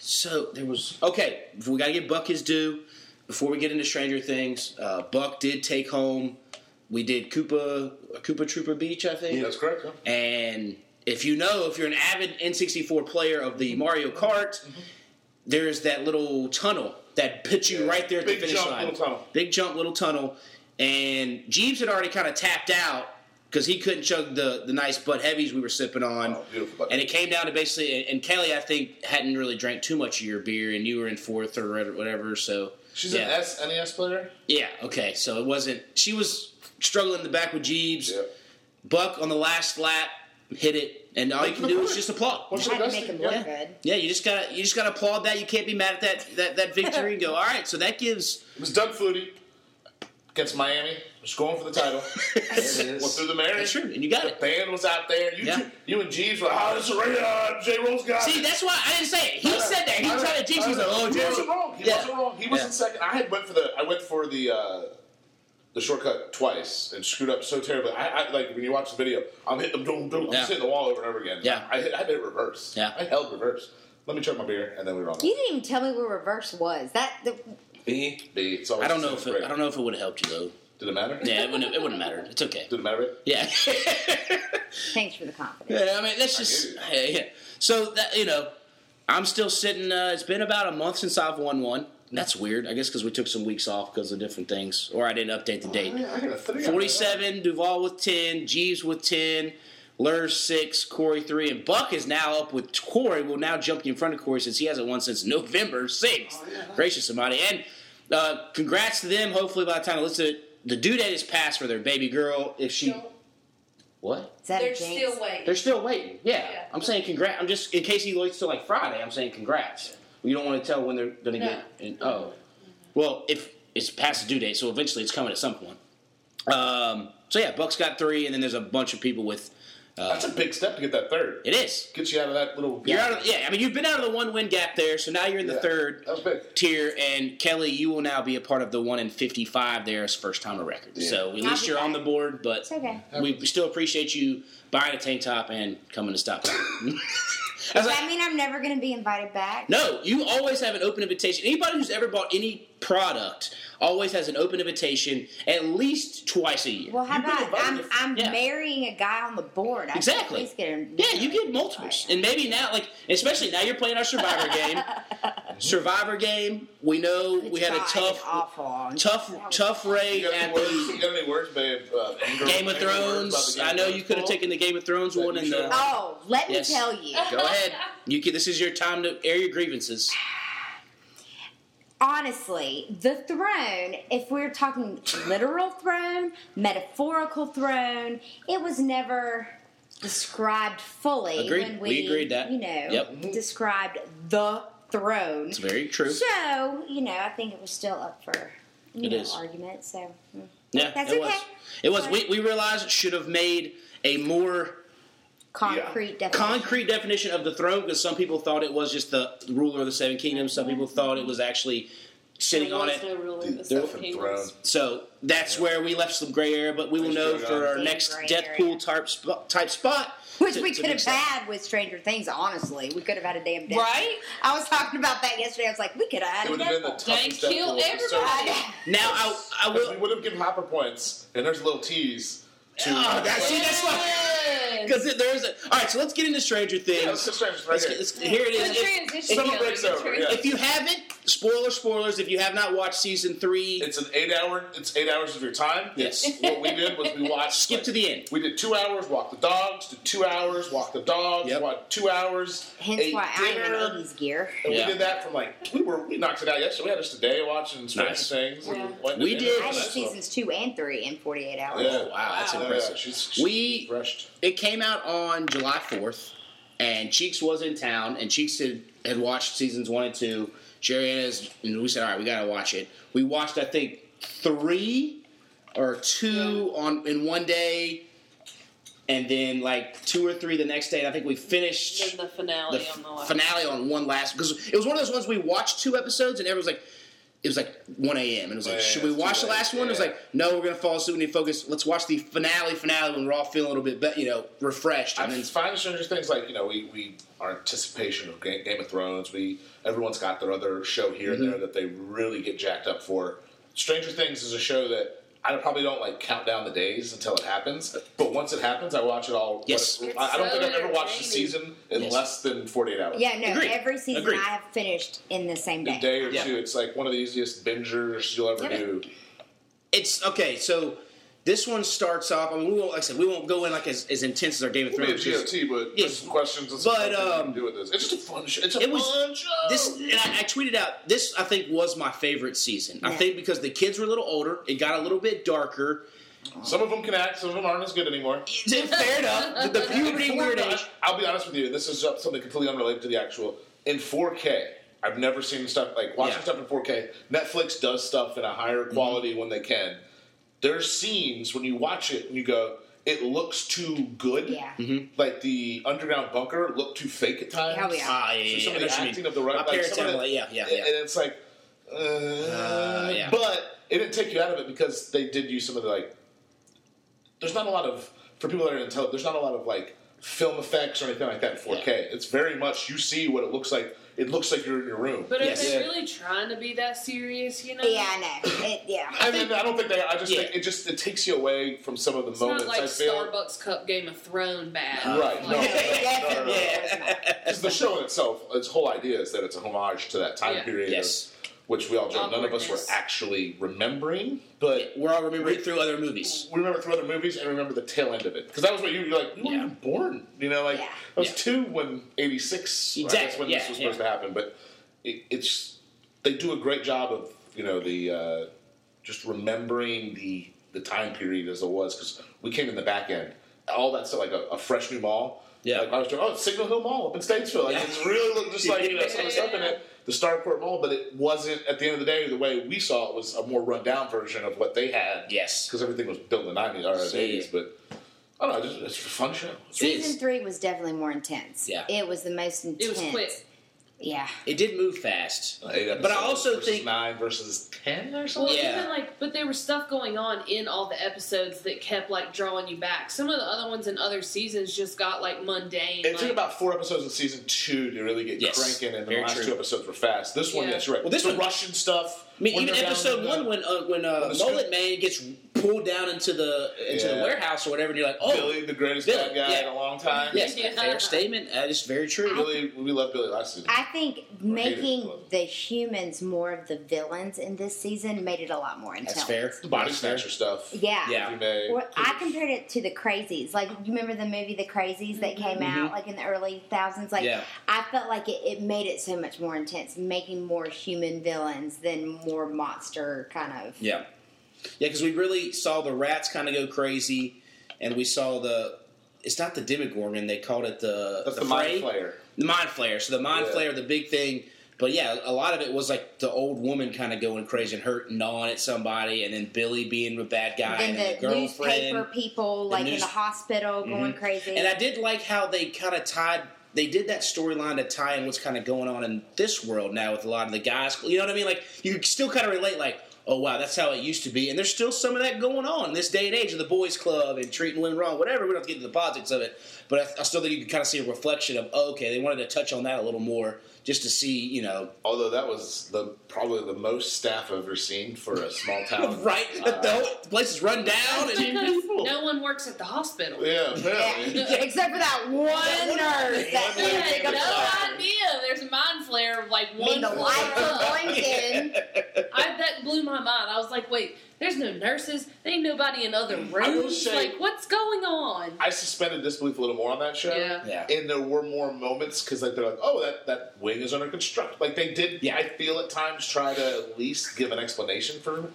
A: So there was okay. We got to get Buck his due before we get into Stranger Things. Uh, Buck did take home. We did Koopa Koopa Trooper Beach, I think.
C: That's correct. Huh?
A: And if you know, if you're an avid N64 player of
C: Mm-hmm.
A: the Mario Kart, there's that little tunnel that puts you
C: Yeah.
A: right there at
C: Big
A: the finish
C: jump,
A: line.
C: little tunnel.
A: Big jump, little tunnel. And Jeeves had already kind of tapped out because he couldn't chug the, the nice butt heavies we were sipping on.
C: Oh, beautiful Bud
A: And it came down to basically, and Kelly, I think, hadn't really drank too much of your beer, and you were in fourth or whatever, so.
C: She's
A: yeah.
C: an SNES player.
A: Yeah, okay. So it wasn't. She was struggling in the back with Jeeves.
C: Yeah.
A: Buck on the last lap hit it and all
C: Make
A: you can
C: the
A: do is
C: point.
A: just applaud.
E: I
C: What's
E: had to
C: Augusta?
E: make him look
C: Yeah.
E: good.
A: Yeah, you just gotta you just gotta applaud that. You can't be mad at that that, that victory and go, all right. So that gives
C: It was Doug Flutie against Miami. Just going for the title.
A: (laughs)
B: There it
C: Went through
B: is.
C: the marriage.
A: that's true, and you got
C: The (laughs)
A: it.
C: band was out there. You,
A: Yeah.
C: two- you and Jeeves were, oh, this is Ray, J. Rose got
A: See,
C: it."
A: that's why I didn't say it. He
C: I-
A: said that. He
C: I-
A: tried to jinx.
C: I-
A: He was like, oh,
C: he
A: Jerry.
C: wasn't wrong. He
A: Yeah.
C: wasn't wrong. He wasn't
A: Yeah.
C: second. I had went for the. I went for the. Uh, the shortcut twice and screwed up so terribly. I, I like when you watch the video. I'm hitting them. Doom, doom, I'm
A: Yeah.
C: just hitting the wall over and over again.
A: Yeah.
C: I hit. I hit reverse.
A: Yeah.
C: I held reverse. Let me chug my beer and then we were on.
E: You didn't even tell me where reverse was. That the,
B: B.
C: B. It's always
A: I don't know
C: the
A: if
C: same
A: it,
C: break.
A: I don't know if it would have helped you though.
C: Did it matter?
A: Yeah, it wouldn't. It wouldn't have mattered. It's okay.
C: Did it matter?
A: Yeah. (laughs)
E: thanks for the confidence.
A: yeah. I mean, that's just
C: I
A: yeah, yeah. So that you know, I'm still sitting. Uh, it's been about a month since I've won one. That's weird. I guess because we took some weeks off because of different things, or I didn't update the date.
C: I got a three. out of that.
A: Forty-seven. Duval with ten. Jeeves with ten. Lurs six. Corey three. And Buck is now up with Corey. Will now jump in front of Corey since he hasn't won since November sixth. Gracious somebody. And uh, congrats to them. Hopefully by the time I listen, to it, the due date is passed for their baby girl. If she what?
E: Is that
D: They're
E: a jinx?
D: still waiting.
A: They're still waiting. Yeah.
D: Yeah.
A: I'm saying congrats. I'm just in case he waits till like Friday. I'm saying congrats. You don't want to tell when they're gonna
D: No.
A: get. And, oh, well, if it's past the due date, so eventually it's coming at some point. Um. So yeah, Buck's got three, and then there's a bunch of people with.
C: That's a big step to get that third.
A: It is.
C: Get you out of that little.
A: You're out of yeah. I mean, you've been out of the one win gap there, so now you're in the
C: Yeah. Oh.
A: third
C: That was big.
A: tier. And Kelly, you will now be a part of the one in fifty five. There is first time a record. So at least
E: be
A: you're on the
E: back.
A: board, but
E: It's okay.
A: we still appreciate you buying a tank top and coming to stop. (laughs) I was
E: Does
A: like,
E: that mean I'm never going to be invited back?
A: no, you always have an open invitation. Anybody who's ever bought any product always has an open invitation at least twice a year.
E: Well, how
C: You've been
E: about I'm,
C: invited.
E: I'm
A: Yeah.
E: marrying a guy on the board? I should
A: Exactly.
E: At least get him.
A: yeah, you get multiples. And maybe now, like, especially now you're playing our Survivor game.
E: (laughs)
A: Survivor game, we know we had a
E: It's
A: tough,
E: awful.
A: tough, tough raid
C: You got
A: at
C: any (laughs) words?
A: the
C: You got any words, babe? Uh, anger-
A: Game of
C: angry words about
A: Thrones.
C: the Game
A: I
C: of
A: know
C: Thrones
A: you could have
C: poll?
A: taken the Game of Thrones
C: That
A: one
C: you
A: and
C: should've-
A: the.
E: Oh, let me
A: Yes.
E: tell you.
A: Go ahead. You can, this is your time to air your grievances.
E: Honestly, the throne, if we're talking literal throne, metaphorical throne, it was never described fully
A: Agreed.
E: when
A: We
E: we,
A: agreed that.
E: you know,
A: Yep.
E: described the throne.
A: It's very true.
E: So, you know, I think it was still up for you
A: It
E: know,
A: is.
E: argument. So, mm.
A: Yeah,
E: That's
A: it
E: okay.
A: was. It was. We,
E: Sorry.
A: we realized it should have made a more
E: concrete definition.
A: concrete definition of the throne because some people thought it was just the ruler of the seven kingdoms. Some people thought it was actually sitting on it. So that's where we left some gray area, but we will know for our
E: Big
A: next
E: gray
A: Deathpool type sp- type spot.
E: Which
A: to-
E: we
A: to
E: could have
A: mix up.
E: had with Stranger Things, honestly. We could have had a damn Deadpool.
D: Right?
E: I was talking about that yesterday. I was like, we could have
C: It
E: had a
C: would have been the
E: Deadpool.
D: They
C: toughest step
D: kill
C: forward to
D: everybody.
C: serve.
A: Now I, I
C: Because we
A: will.
C: would have given Hopper points, and there's a little tease to.
A: Oh, that- see, that's why. Because there is a. All right, so let's get into Stranger Things.
C: Yeah, let's get started right
A: Let's
C: here.
A: get- let's- here it is. If-
C: Summer breaks over, yeah.
A: if you haven't, spoiler spoilers. If you have not watched season three,
C: It's an eight-hour. It's eight hours of your time.
A: Yes.
C: It's- what we did was
A: (laughs)
C: we watched.
A: skip to the end.
C: We did two hours, walk the dogs. Did two hours, walk the dogs.
A: Yep.
C: Walked two hours.
E: Hence
C: ate
E: why
C: dinner,
E: I'm in 80s gear.
C: And
A: Yeah.
C: we did that from like we were we knocked it out yesterday. We had us today watching Stranger
A: Nice.
C: Things. and
D: Yeah.
C: went to
A: We
C: dinner
A: did-
C: and
E: I
C: all
E: did
C: that stuff.
E: seasons two and three in 48 hours.
C: Yeah.
A: Oh, wow, that's
C: Yeah,
A: impressive.
C: she's, she's
A: We
C: rushed.
A: it came out on July 4th, and Cheeks was in town, and Cheeks had, had watched seasons one and two. Jerry and, us- and we said, all right, we got to watch it. We watched, I think, three or two on in one day, and then like two or three the next day. And I think we finished
D: Then the finale
A: the
D: on the last.
A: finale on one last because it was one of those ones we watched two episodes, and everyone was like. It was like 1 a.m. and it was like,
C: Oh, Yeah,
A: should we
C: it's too
A: watch the
C: late,
A: last one? It was
C: yeah.
A: like, no, we're gonna fall asleep. We need to focus. Let's watch the finale, finale when we're all feeling a little bit, be- you know, refreshed.
C: I
A: And
C: mean,
A: then
C: find Stranger Things like you know we, we our anticipation of Ga- Game of Thrones. We everyone's got their other show here
A: Mm-hmm.
C: and there that they really get jacked up for. Stranger Things is a show that I probably don't like count down the days until it happens. But once it happens, I watch it all.
A: Yes.
C: I, I don't
D: It's
C: think I've
D: so
C: ever watched a season in
A: Yes.
C: less than forty eight hours.
E: Yeah, no,
A: Agreed.
E: every season
A: Agreed.
E: I have finished in the same
C: a
E: day.
C: day or
A: Yeah.
C: two. It's like one of the easiest bingers you'll ever
E: Yeah.
C: do.
A: it's okay. So this one starts off. I mean, we won't. Like I said, we won't go in like as, as intense as our Game of
C: Maybe
A: Thrones.
C: it's GOT, but
A: Yeah.
C: there's some questions. And
A: But,
C: but um,
A: um,
C: do with this. It's just a fun show. It's a
A: it was-
C: fun show.
A: This and I, I tweeted out. This I think was my favorite season. I
E: Yeah.
D: (laughs)
A: think because the kids were a little older, it got a little bit darker.
C: Some of them can act, some of them aren't as good anymore.
A: Fair enough. The, the puberty weird age.
C: I'll be honest with you. This is something completely unrelated to the actual. In 4K, I've never seen stuff like watching
A: Yeah. Mm-hmm.
C: stuff in 4K. Netflix does stuff in a higher quality when they can. There's scenes when you watch it and you go, it looks too good.
E: Yeah.
C: Like the underground bunker looked too fake at times.
E: Hell yeah.
A: Ah, yeah, yeah,
C: So
A: yeah,
C: some
A: I know
C: of the
A: what you
C: acting
A: mean.
C: of the right,
A: My
C: like,
A: parents
C: some of
A: have,
C: the-
A: yeah, yeah,
C: and
A: yeah.
C: it's like, uh,
A: yeah.
C: but it didn't take you out of it because they did use some of the like. There's not a lot of for people that are intelligent. There's not a lot of like film effects or anything like that in 4K. It's very much you see what it looks like. It looks like you're in your room.
D: But
A: Yes.
D: are they
B: Yeah.
D: really trying to be that serious? You know?
E: Yeah, I know. It, yeah.
C: I, mean, I don't think they. I just
A: Yeah.
C: think it just it takes you away from some of the
D: It's
C: moments.
D: not like
C: I feel
D: Starbucks Cup Game of Throne bad.
C: right. No, no,
D: Like,
C: no, no, no, no.
A: Yeah.
C: 'Cause the show in itself, its whole idea is that it's a homage to that time
D: Yeah.
C: period,
A: Yes.
C: of- which we all joke. None of us were
D: Awkwardness.
C: actually remembering, but
A: We're all remembering through other movies.
C: we remember through other movies and remember the tail end of it because that was what you were like. You weren't
A: Yeah.
C: even born, you know. Like
E: Yeah.
C: I was
A: Yeah.
C: two when '86. That's
A: Exactly,
C: when
A: yeah,
C: this was supposed
A: yeah.
C: to happen. But it, it's they do a great job of you know the uh, just remembering the the time period as it was because we came in the back end. All that stuff like a, a fresh new mall.
A: Yeah.
C: like I was doing. Oh, it's Signal Hill Mall up in Statesville. Like
A: Yeah.
C: it's really looked just like you know some of the stuff in
D: Yeah.
C: it. The Starport Mall, but it wasn't at the end of the day the way we saw it was a more rundown version of what they had
A: Yes.
C: because everything was built in the 90s or the
A: Yeah, yeah.
C: 80s, but I don't know, just, it's a fun show.
E: Season three was definitely more intense.
A: Yeah.
E: It was the most
D: It
E: intense.
D: was quick.
E: Yeah.
A: It did move fast.
C: Eight
A: But I
C: episodes
A: also
C: versus
A: think-
C: nine versus ten or something.
D: Well,
A: Yeah.
D: even like, but there was stuff going on in all the episodes that kept like drawing you back. Some of the other ones in other seasons just got like mundane.
C: It
D: like-
C: took about four episodes in season two to really get
A: Yes.
C: cranking, and the
A: Very
C: last
A: true.
C: two episodes were fast. This one,
D: Yeah.
C: yes, you're right.
A: Well, this
C: the
A: one-
C: Russian stuff.
A: I mean,
C: when
A: even
C: they're down in
A: episode
C: the-
A: one when uh, when uh,
C: the
A: Mullet
C: scoop-
A: Man gets pulled down into the into the
C: Yeah.
A: warehouse or whatever, and you're like, oh,
C: Billy, the greatest
A: Billy,
C: bad guy
A: yeah.
C: in a long time.
A: yes,
D: Yeah.
A: fair statement. That is very true.
C: Billy, we love Billy last season.
E: I think making
C: Club.
E: the humans more of the villains in this season made it a lot more intense.
A: That's fair.
C: the body
A: That's fair.
C: snatcher stuff.
E: Yeah.
A: Yeah.
C: You may-
E: Well, I compared it to the Crazies. Like you remember the movie The Crazies that came out like in the early thousands. Like
A: Mm-hmm. Yeah.
E: I felt like it, it made it so much more intense, making more human villains than more monster kind of.
A: Yeah, yeah, because we really saw the rats kind of go crazy, and we saw the. It's not the Demogorgon; they called it the
C: That's the,
A: Fray?
C: mind player.
A: The mind flare. So the mind
C: Yeah.
A: flare, the big thing. But yeah, a lot of it was like the old woman kind of going crazy and hurting on at somebody, and then Billy being a bad guy,
E: Then
A: and then the
E: the,
A: girlfriend.
E: newspaper people, like in
A: news- Mm-hmm.
E: the hospital, going crazy.
A: And I did like how they kind of tied. They did that storyline to tie in what's kind of going on in this world now with a lot of the guys. You know what I mean? Like you could still kind of relate. Like, oh wow, that's how it used to be, and there's still some of that going on in this day and age of the boys' club and treating women wrong, whatever. We don't have to get into the politics of it, but I, I still think you can kind of see a reflection of oh, okay, they wanted to touch on that a little more just to see, you know,
C: Although that was the probably the most staff I've ever seen for a small town. Uh,
A: right? (laughs) that the whole place is run down.
D: That's
A: And,
D: because no one works at the hospital. (laughs)
C: Yeah,
A: (laughs)
C: apparently.
E: Yeah, (laughs) except for that one nurse that
D: I
C: One
E: didn't
C: lady
E: pick
D: had
C: in
E: up the
C: the
E: phone.
C: doctor.
D: no idea. There's a mind flare of like
E: I
D: one.
E: mean, the
D: floor
E: lights (laughs)
D: up.
E: are
A: (laughs)
E: blinking.
D: I that blew my mind. I was like, wait, there's no nurses. There ain't nobody in other
C: will
D: rooms.
C: say-
D: like, what's going
C: (laughs)
D: on?
C: I suspended disbelief a little more on that show.
D: Yeah.
A: Yeah.
C: And there were more moments because like they're like, oh, that, that wing is under construction. Like they did.
A: Yeah.
C: I feel at times try to at least give an explanation for.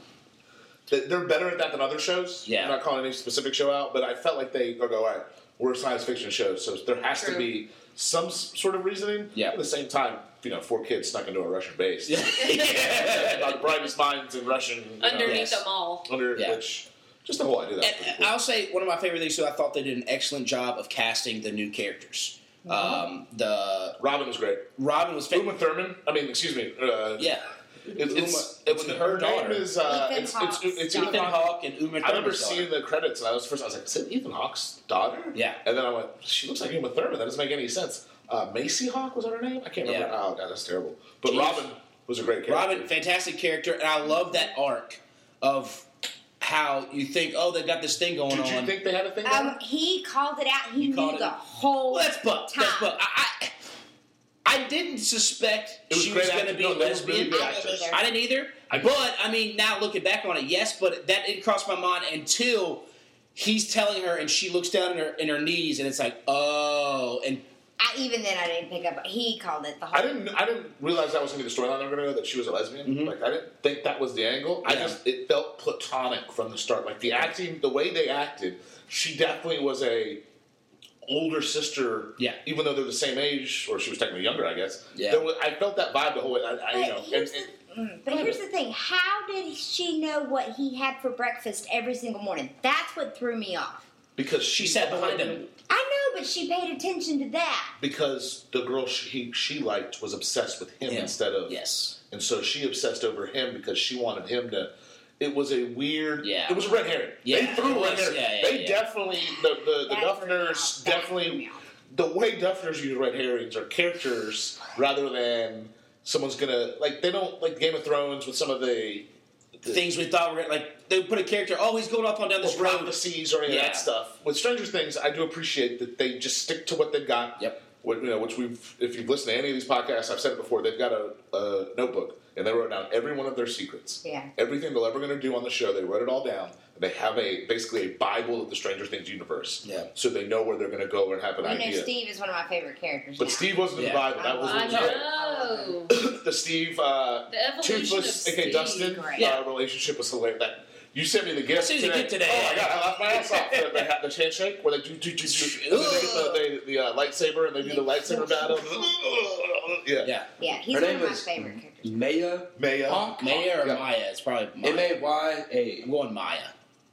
C: They- They're better at that than other shows.
A: Yeah.
C: I'm not calling any specific show out, but I felt like they go, go all right, we're a science fiction show, so there has
D: True.
C: to be some s- sort of reasoning.
A: Yeah.
C: At the same time, you know, four kids snuck into a Russian base. (laughs) About the brightest minds in Russian. you know,
D: Underneath
A: Yes.
D: them all.
C: under
A: Yeah.
C: which just the whole idea. of That's
A: (laughs)
C: pretty
A: And
C: cool.
E: uh,
A: I'll say one of my favorite things too. I thought they did an excellent job of casting the new characters. Um, the
C: Robin was great.
A: Robin was
C: Uma
A: famous.
C: Thurman. I mean, excuse me. Uh,
A: Yeah,
C: It's, it's,
A: Uma-
C: it was
A: it's her
C: her
A: daughter.
C: name is uh,
E: Ethan
C: it's, it's,
E: Hawke's
C: it's,
E: daughter.
C: Ethan
A: Ethan
C: Hawke.
A: Hawke and Uma Thurman.
C: I remember seeing the credits, and I was first. I was like, "Is it Ethan Hawke's daughter?"
A: Yeah.
C: And then I went, "She looks like Uma Thurman. That doesn't make any sense." Uh, Macy Hawk was that her name? I can't remember.
A: Yeah.
C: Oh god, that's terrible. But
A: Jeez.
C: Robin was a great character.
A: Robin, fantastic character, and I love that arc of how you think, oh, they've got this thing going
C: Did
A: on.
C: you think they had a thing?
E: Um, he called it out. He
A: You called
E: knew
A: it
E: the
A: out.
E: whole
A: well, that's Buck.
E: time.
A: That's Buck. I, I, I didn't suspect
C: It was
A: she
C: great
A: was going to
C: acting.
A: be
C: No,
A: a
C: they were
A: lesbian.
C: really good
E: I didn't
C: actors.
E: either.
A: I didn't either. but I mean, now looking back on it, yes, but that didn't cross my mind until he's telling her, and she looks down in her in her knees, and it's like, oh, and
E: I, even then, I didn't pick up. He called it the whole.
C: I didn't. I didn't realize that was gonna be the storyline. I'm gonna go that she was a lesbian. Like I didn't think that was the angle. I
A: Mm-hmm. Yeah.
C: just it felt platonic from the start. Like the acting, the way they acted, she definitely was a older sister.
A: Yeah.
C: Even though they're the same age, or she was technically younger, I guess.
A: Yeah.
C: There was, I felt that vibe the whole way. I, I, you
E: But
C: know, and,
E: here's
C: and-
E: the- mm, But here's the thing: How did she know what he had for breakfast every single morning? That's what threw me off.
C: because she,
A: She sat behind him.
E: I know, but she paid attention to that.
C: Because the girl she she liked was obsessed with him
A: Him.
C: instead of
A: Yes.
C: and so she obsessed over him because she wanted him to. It was a weird.
A: Yeah.
C: It was a red herring.
A: Yeah,
C: They threw
A: it
C: a red
A: was.
C: herring.
A: Yeah, yeah,
C: they
A: yeah.
C: definitely the the, the
E: That threw me
C: Duffners
E: off. That threw me
C: definitely
E: off.
C: the way Duffners use red herrings are characters rather than someone's gonna like they don't like Game of Thrones with some of the
A: Things we thought were like they put a character. Oh, he's going off on down this
C: or
A: road.
C: prophecies or any of
A: Yeah.
C: that stuff. With Stranger Things, I do appreciate that they just stick to what they've got.
A: Yep.
C: What, you know, which we've, if you've listened to any of these podcasts, I've said it before. They've got a, a notebook and they wrote down every one of their secrets.
E: Yeah.
C: Everything they're ever going to do on the show, they wrote it all down. They have a basically a Bible of the Stranger Things universe.
A: Yeah.
C: So they know where they're going to go and have an
E: You
C: idea.
E: know, Steve is one of my favorite characters.
C: But
E: now.
C: Steve wasn't in
A: Yeah.
C: the Bible. That was
D: I
C: what was (coughs)
D: know.
C: the Steve uh,
D: The evolution
C: Toothless,
D: of
C: aka
D: Steve,
C: Dustin,
E: right.
C: uh, relationship was hilarious. That you sent me the gift.
A: As soon as you
C: today.
A: get today,
C: oh my
A: yeah.
C: god, I laughed my ass off. they, they have the handshake where they do, do, do, do and then they get the, they, the uh, lightsaber and they do the lightsaber battle. yeah.
A: Yeah.
E: yeah, he's
B: Her
E: one
B: name
E: of my
B: is-
E: favorite characters.
B: Maya,
A: uh,
C: Maya.
A: Maya or
C: Yeah.
A: Maya? It's probably Maya.
B: M A Y A.
A: I'm going Maya.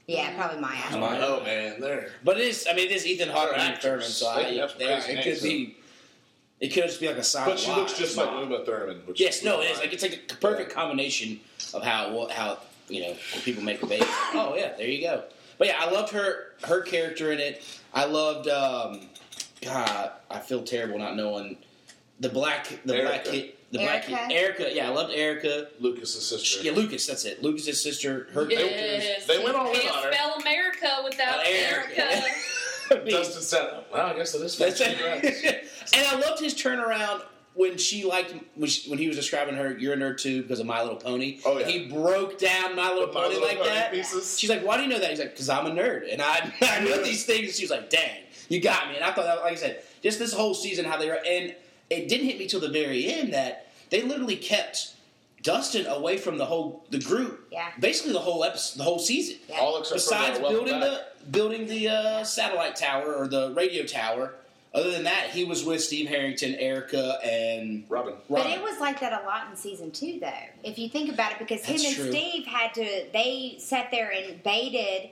E: Yeah, probably Maya.
B: Maya.
C: Oh man, there.
A: But it is. I mean, it is Ethan Hawke
C: They're
A: and Uma Thurman,
C: actors.
A: so I,
C: They have some
A: they are-
C: crazy
A: it
C: names,
A: could be. It could just be like a silent.
C: But she looks just like Uma Thurman. Which
A: Yes, no, it is. Like it's like a perfect combination of how well, how you know when people make the baby. oh yeah, there you go. But yeah, I loved her her character in it. I loved. um God, I feel terrible not knowing the black the black
C: Erica.
A: kid. The black
E: Erica.
A: kid, Erica. Yeah, I loved Erica.
C: Lucas's sister.
A: Yeah, Lucas. That's it. Lucas's sister. Her
D: Yes.
C: They went all in
D: Can't
C: on her.
D: spell America without
A: Without Erica.
C: (laughs)
D: America.
A: (laughs) character.
C: Dustin said, "Well, I guess it is."
A: That's it.
C: Congrats.
A: (laughs) and I loved his turnaround when she liked when, she, when he was describing her. You're a nerd too because of My Little Pony.
C: Oh, yeah.
A: He broke down My Little
C: My
A: Pony
C: Little
A: like
C: Pony
A: that.
C: pieces.
A: She's like, "Why do you know that?" He's like, "Cause I'm a nerd and I (laughs) I know these things." And she was like, "Dang, you got me." And I thought, that, like I said, just this whole season how they were, and it didn't hit me till the very end that they literally kept. Dustin away from the whole the group,
E: Yeah.
A: Basically, the whole episode, the whole season
E: Yeah.
C: All except for
A: besides
C: the welcome
A: building
C: back.
A: the building the uh, satellite tower or the radio tower. Other than that, he was with Steve Harrington, Erica, and
C: Robin.
E: But
A: Robin.
E: it was like that a lot in season two, though. If you think about it, because
A: That's
E: him and
A: true.
E: Steve had to, they sat there and baited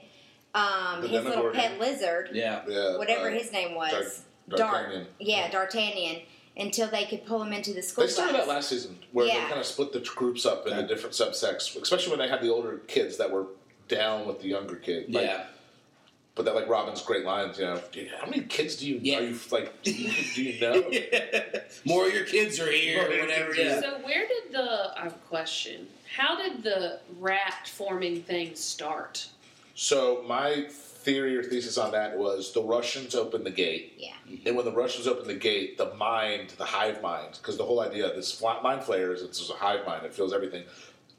E: um,
C: The
E: his little
C: Demogorgon.
E: pet lizard,
A: yeah,
C: Yeah.
E: whatever
C: uh,
E: his name was,
C: Dar-
E: Dart.
C: D'Artagnan.
E: Yeah, D'Artagnan, until they could pull him into the school.
C: They started
E: bus.
C: that last season where
E: Yeah.
C: they kind of split the groups up into
A: Yeah.
C: different subsects, especially when they had the older kids that were down with the younger kid. Like,
A: yeah.
C: But that like Robin's great lines, you know. "Dude, How many kids do you
A: Yeah.
C: are you like? Do
A: (laughs)
C: you know?
A: More of your kids are here,
C: More of
A: or
C: your
A: whatever. Yeah.
C: kids
D: So where did the I have a question? How did the rat forming thing start?
C: so my theory or thesis on that was the Russians opened the gate,
E: Yeah.
C: and when the Russians opened the gate, the mind, the hive mind, because the whole idea of this flat mind flare is it's just a hive mind. It feels everything.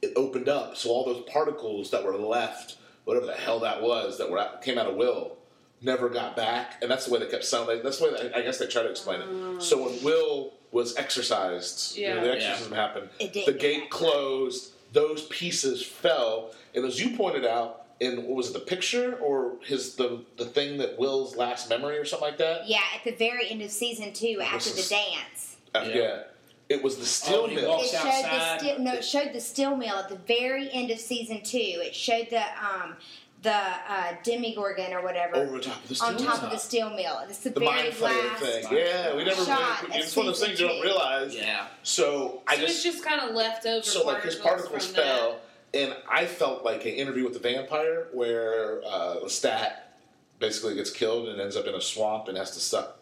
C: It opened up, so all those particles that were left, whatever the hell that was, that were out, came out of Will, never got back, and that's the way they kept sounding. That's the way they, I guess they try to explain it. So when Will was exercised, you know,
D: Yeah.
C: the exorcism happened.
E: It didn't
C: the
E: get
C: gate
E: back.
C: closed. Those pieces fell, and as you pointed out, in what was it, the picture or his the the thing that Will's last memory or something like that?
E: Yeah, at the very end of season two, after the
C: is-
E: dance,
C: Uh,
A: Yeah.
C: yeah. It was the steel
A: Oh, he
C: mill.
A: walked-
E: it
A: Walks
E: showed
A: outside.
E: the still no, it showed the still meal at the very end of season two. It showed the um the uh, demigorgon or whatever
C: over top of the steel
E: on top
C: mill.
E: of the steel mill. It's the,
C: the
E: very
C: mind flare
E: last.
C: thing. Yeah, we never really.
E: shot at
C: It's one of those things you don't
E: CCTV.
C: realize.
A: Yeah.
C: So I
D: So
C: just
D: it's just kind of left over.
C: so like his particles
D: from
C: fell, and I felt like an interview with the vampire where uh, Lestat basically gets killed and ends up in a swamp and has to suck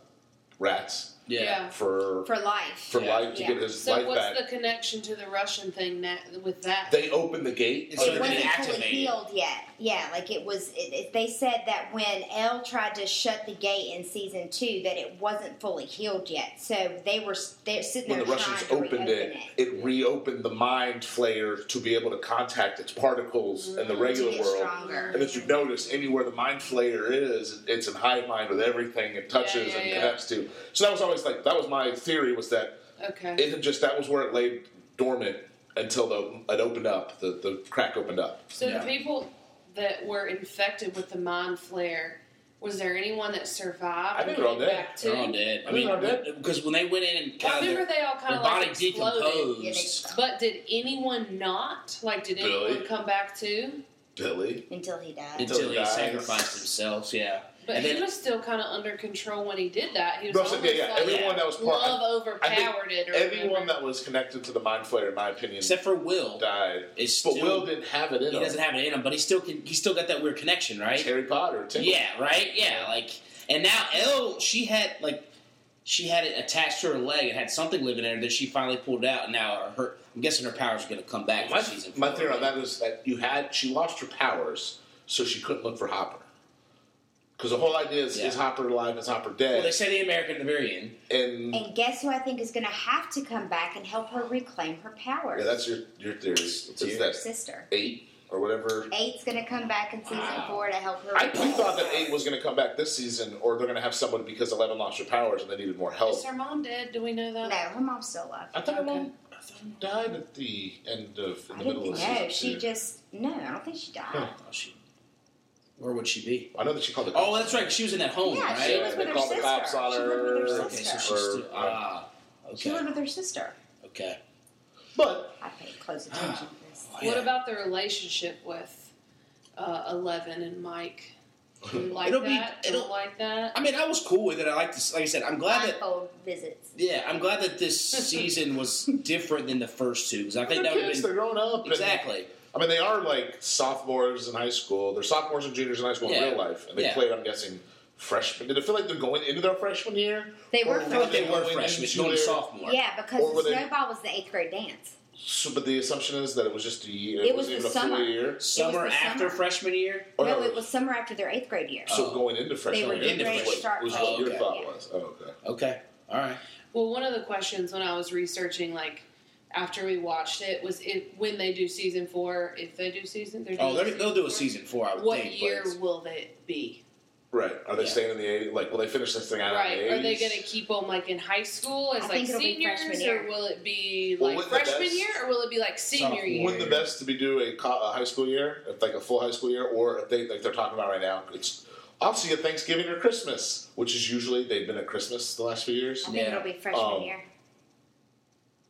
C: rats
D: That.
A: Yeah.
C: for for,
E: for life.
A: Yeah.
C: life to
E: Yeah.
C: get his
D: So
C: life
D: what's
C: back.
D: the connection to the Russian thing that with that?
C: They open the gate.
A: And so
E: It
A: then
E: wasn't
A: they
E: fully
A: activated.
E: healed yet. Yeah, like it was. It, it, they said that when Elle tried to shut the gate in season two, that it wasn't fully healed yet. So they were s- they're sitting
C: when the
E: there
C: Russians
E: trying to
C: opened it,
E: reopen it.
C: it reopened the mind flayer to be able to contact its particles in the
E: to
C: regular
E: get
C: world.
E: stronger.
C: And if you notice, anywhere the mind flayer is, it's in hive mind with everything it touches
D: yeah,
C: and
D: yeah.
C: connects to. So that was always always like that was my theory was that
D: Okay.
C: it had just that was where it laid dormant until the it opened up the the crack opened up.
D: so
A: yeah.
D: the people that were infected with the mind flare, was there anyone that survived?
C: I think
D: when
C: they're all
D: they
C: dead.
D: back to
A: They're all dead. I
C: They're
A: mean,
C: all dead.
A: because when they went in and
D: I
A: kind of
D: remember
A: their,
D: they all kind
A: their
D: of
A: body
D: like exploded.
E: Yeah, they-
A: decomposed.
D: But did anyone not? Like, did
C: Really?
D: anyone come back to?
C: Billy,
E: until he died.
A: Until
C: Until
A: he
C: he dies.
A: sacrificed himself, yeah.
D: But
A: And
D: he
A: then-
D: was still kind of under control when he did that. He was
C: Bro, I'm saying,
D: almost
C: yeah, yeah,
D: like
C: everyone that was part-
D: love
C: I think
D: overpowered it. Or
C: everyone
D: whatever.
C: that was connected to the mind flare, in my opinion,
A: Except for Will,
C: died.
A: It's
C: but
A: still-
C: Will didn't have it in
A: he
C: him.
A: doesn't have it in him, but he still can. He still got that weird connection, right?
C: Harry Potter, Tim.
A: Yeah, right. Yeah, like and now Elle, she had like she had it attached to her leg and had something living in her that she finally pulled out. And now her, I'm guessing her powers are going to come back.
C: My,
A: when she's in
C: my
A: Florida.
C: theory on that is that you had she lost her powers, so she couldn't look for Hopper. Because the whole idea is
A: Yeah.
C: is Hopper alive? Is Hopper dead?
A: Well, they say the American at the very end.
C: and
E: And guess who I think is going to have to come back and help her reclaim her power?
C: yeah, that's your your theory. It's
E: her
C: that
E: sister.
C: eight or whatever.
E: Eight's going to come back in season
A: Wow.
E: four to help her.
C: I, we thought that eight was going to come back this season, or they're going to have someone because eleven lost her powers and they needed more help.
D: Is her mom dead? Do we know
E: No,
D: that?
E: her mom's still alive.
C: I thought
D: Okay.
C: mom, I thought mom died at the end of in the
E: I didn't
C: middle
E: think
C: of
E: no.
C: season
E: She
C: two.
E: just no. I don't think she died.
A: Oh, she, where would she be?
C: I know that she called it.
A: Oh, that's right. She was in that home,
E: Yeah,
A: right?
E: she was with
C: They
E: her
C: called the
E: sister.
C: cops on
E: she
C: her.
E: lived with her
A: okay, so
E: sister.
A: she's still
C: Or- uh,
A: ah.
E: She
A: Okay.
E: lived with her sister.
A: Okay.
C: But
E: I
A: (gasps)
E: paid close attention to this.
A: Oh,
D: What
A: yeah.
D: about the relationship with uh, Eleven and Mike?
A: (laughs)
D: Do you like
A: It'll be-
D: that? Do you
A: it'll-
D: like that?
A: I mean, I was cool with it. I like this. Like I said, I'm glad that
E: Blindfold visits.
A: Yeah, I'm glad that this
E: (laughs)
A: season was different than the first two because I
C: they're
A: think that would
C: kids;
A: have
C: they're
A: been
C: grown up. and-
A: exactly.
C: I mean, they are like sophomores in high school. They're sophomores and juniors in high school
A: Yeah.
C: in real life, and they
A: Yeah.
C: played. I'm guessing freshman. Did it feel like they're going into their freshman year?
E: They
C: Or
E: were
A: I thought they
E: freshmen.
A: were
C: Going
A: freshmen,
C: into
A: going to
C: their-
A: sophomore.
E: Yeah,
C: Or were
E: because the
C: they-
E: snowball was the eighth grade dance.
C: So, but the assumption is that it was just a year. It,
E: It
C: wasn't
E: was the
C: even a full
E: summer.
C: year.
A: summer
E: It was the
A: after
E: summer.
A: freshman year.
C: Or
E: no, it was summer after their eighth grade year.
C: So
A: Oh.
C: going into freshman
E: were
C: year
A: getting ready
C: was
A: to
C: what,
E: start
C: was
A: college.
C: what your
A: Okay.
C: thought
E: Yeah.
C: was. Oh, okay.
A: Okay, all right.
D: Well, one of the questions when I was researching, like after we watched it, was if when they do season four, if they do season, they're
A: Oh,
D: doing
A: they're- they'll do a season four. I would
D: What
A: think,
D: year
A: but
D: will it be?
C: Right. Are they
A: Yeah.
C: staying in the 80s? Like, will they finish this thing out
D: Right.
C: in the 80s?
D: Are they going to keep them like in high school as
E: I
D: like
E: think it'll be
D: seniors,
E: freshman year.
D: or will it be
C: Well,
D: like
C: wouldn't the
D: freshman
C: best-
D: year, or will it be like senior
A: Sophomore.
D: year?
C: Wouldn't the best to be do a, co- a high school year, if like a full high school year, or if they like they're talking about right now, it's I'll see you Thanksgiving or Christmas, which is usually they've been at Christmas the last few years.
E: I think
A: Yeah. Oh.
E: it'll be freshman
C: Um,
E: year.